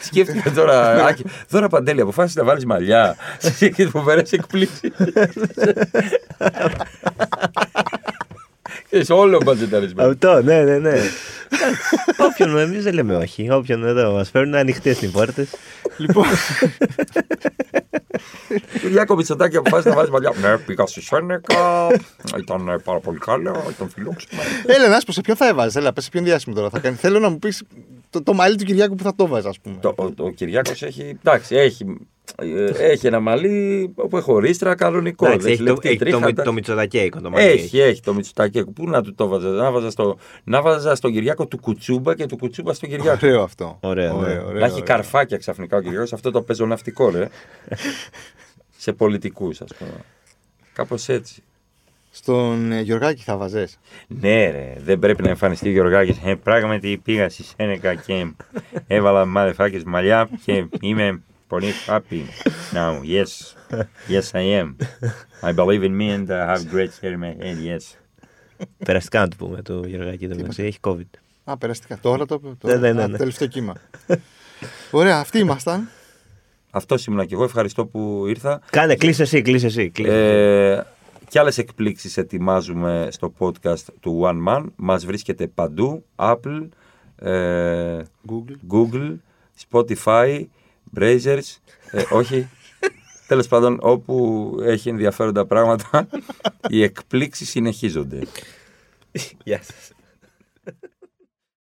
C: Σκέφτηκα τώρα, Άκη, τώρα Παντέλη, αποφάσισες να βάλεις μαλλιά. Σε έχεις φοβερές εκπλήξεις. Ξέρεις, όλο μπατζεταρισμένο.
B: Αυτό, ναι, ναι, ναι. Όποιον εμείς δεν λέμε όχι. Όποιον εδώ μας φέρνουν ανοιχτές οι πόρτες.
A: λοιπόν,
C: Ο Γιάκο Μητσοτάκη αποφάσισε να βάλει μαλλιά. Ναι, πήγα στη Σένεκα. Ήταν ε, πάρα πολύ καλό, ήταν φιλόξενο.
A: έλα να σου πω σε ποιον θα έβαζες. Έλα, πες σε ποιον διάσημο τώρα θα κάνει. Θέλω να μου πεις το, το μαλλί του Κυριάκου που θα το βάζα, ας πούμε.
C: Το- Ο, ο Κυριάκος έχει. Εντάξει, έχει, ε, έχει ένα μαλλί που έχει ρίστρα κανονικό.
B: Εντάξει,
C: δεν
B: έχει το,
C: λεπτή
B: έχει το,
C: τρίχα,
B: μι-
C: τα-
B: το μυτσοτακέικο το μαλλί.
C: Έχει, έχει το Μητσοτάκη. Πού να του το βάζα. Να βάζα, στο, να βάζα στον Κυριάκο του Κουτσούμπα και του Κουτσούμπα στον Κυριάκο.
A: Ωραίο αυτό.
B: Ωραίο, ναι.
A: ωραίο,
C: να έχει καρφάκια ξαφνικά ο Κυριάκος. Αυτό το πεζοναυτικό, ρε. σε πολιτικούς, ας πούμε. Κάπως έτσι.
A: Στον ε, Γιωργάκη θα βαζέ.
C: Ναι, ρε, δεν πρέπει να εμφανιστεί ο Γιωργάκης. Ε, πράγματι πήγα στη Σένεκα και έβαλα μαδεφάκε μαλλιά και είμαι πολύ happy now. Yes, yes I am. I believe in me and I have great hair in my head, yes.
B: Περαστικά να του πούμε του Γεωργάκη εδώ μεταξύ. Έχει COVID.
A: Α, περαστικά. Τώρα το. το
B: Ναι, ναι, ναι,
A: α,
B: ναι.
A: Τελευταίο κύμα. Ωραία, αυτοί ήμασταν.
C: Αυτό ήμουνα και εγώ. Ευχαριστώ που ήρθα.
B: Κάνε, κλείσε εσύ, κλείσε εσύ. κλείσε.
C: Ε, και άλλες εκπλήξεις ετοιμάζουμε στο podcast του One Man. Μας βρίσκεται παντού. Apple, ε,
A: Google.
C: Google, Spotify, Brazers, ε, όχι. Τέλος πάντων, όπου έχει ενδιαφέροντα πράγματα, οι εκπλήξεις συνεχίζονται.
B: Γεια σας.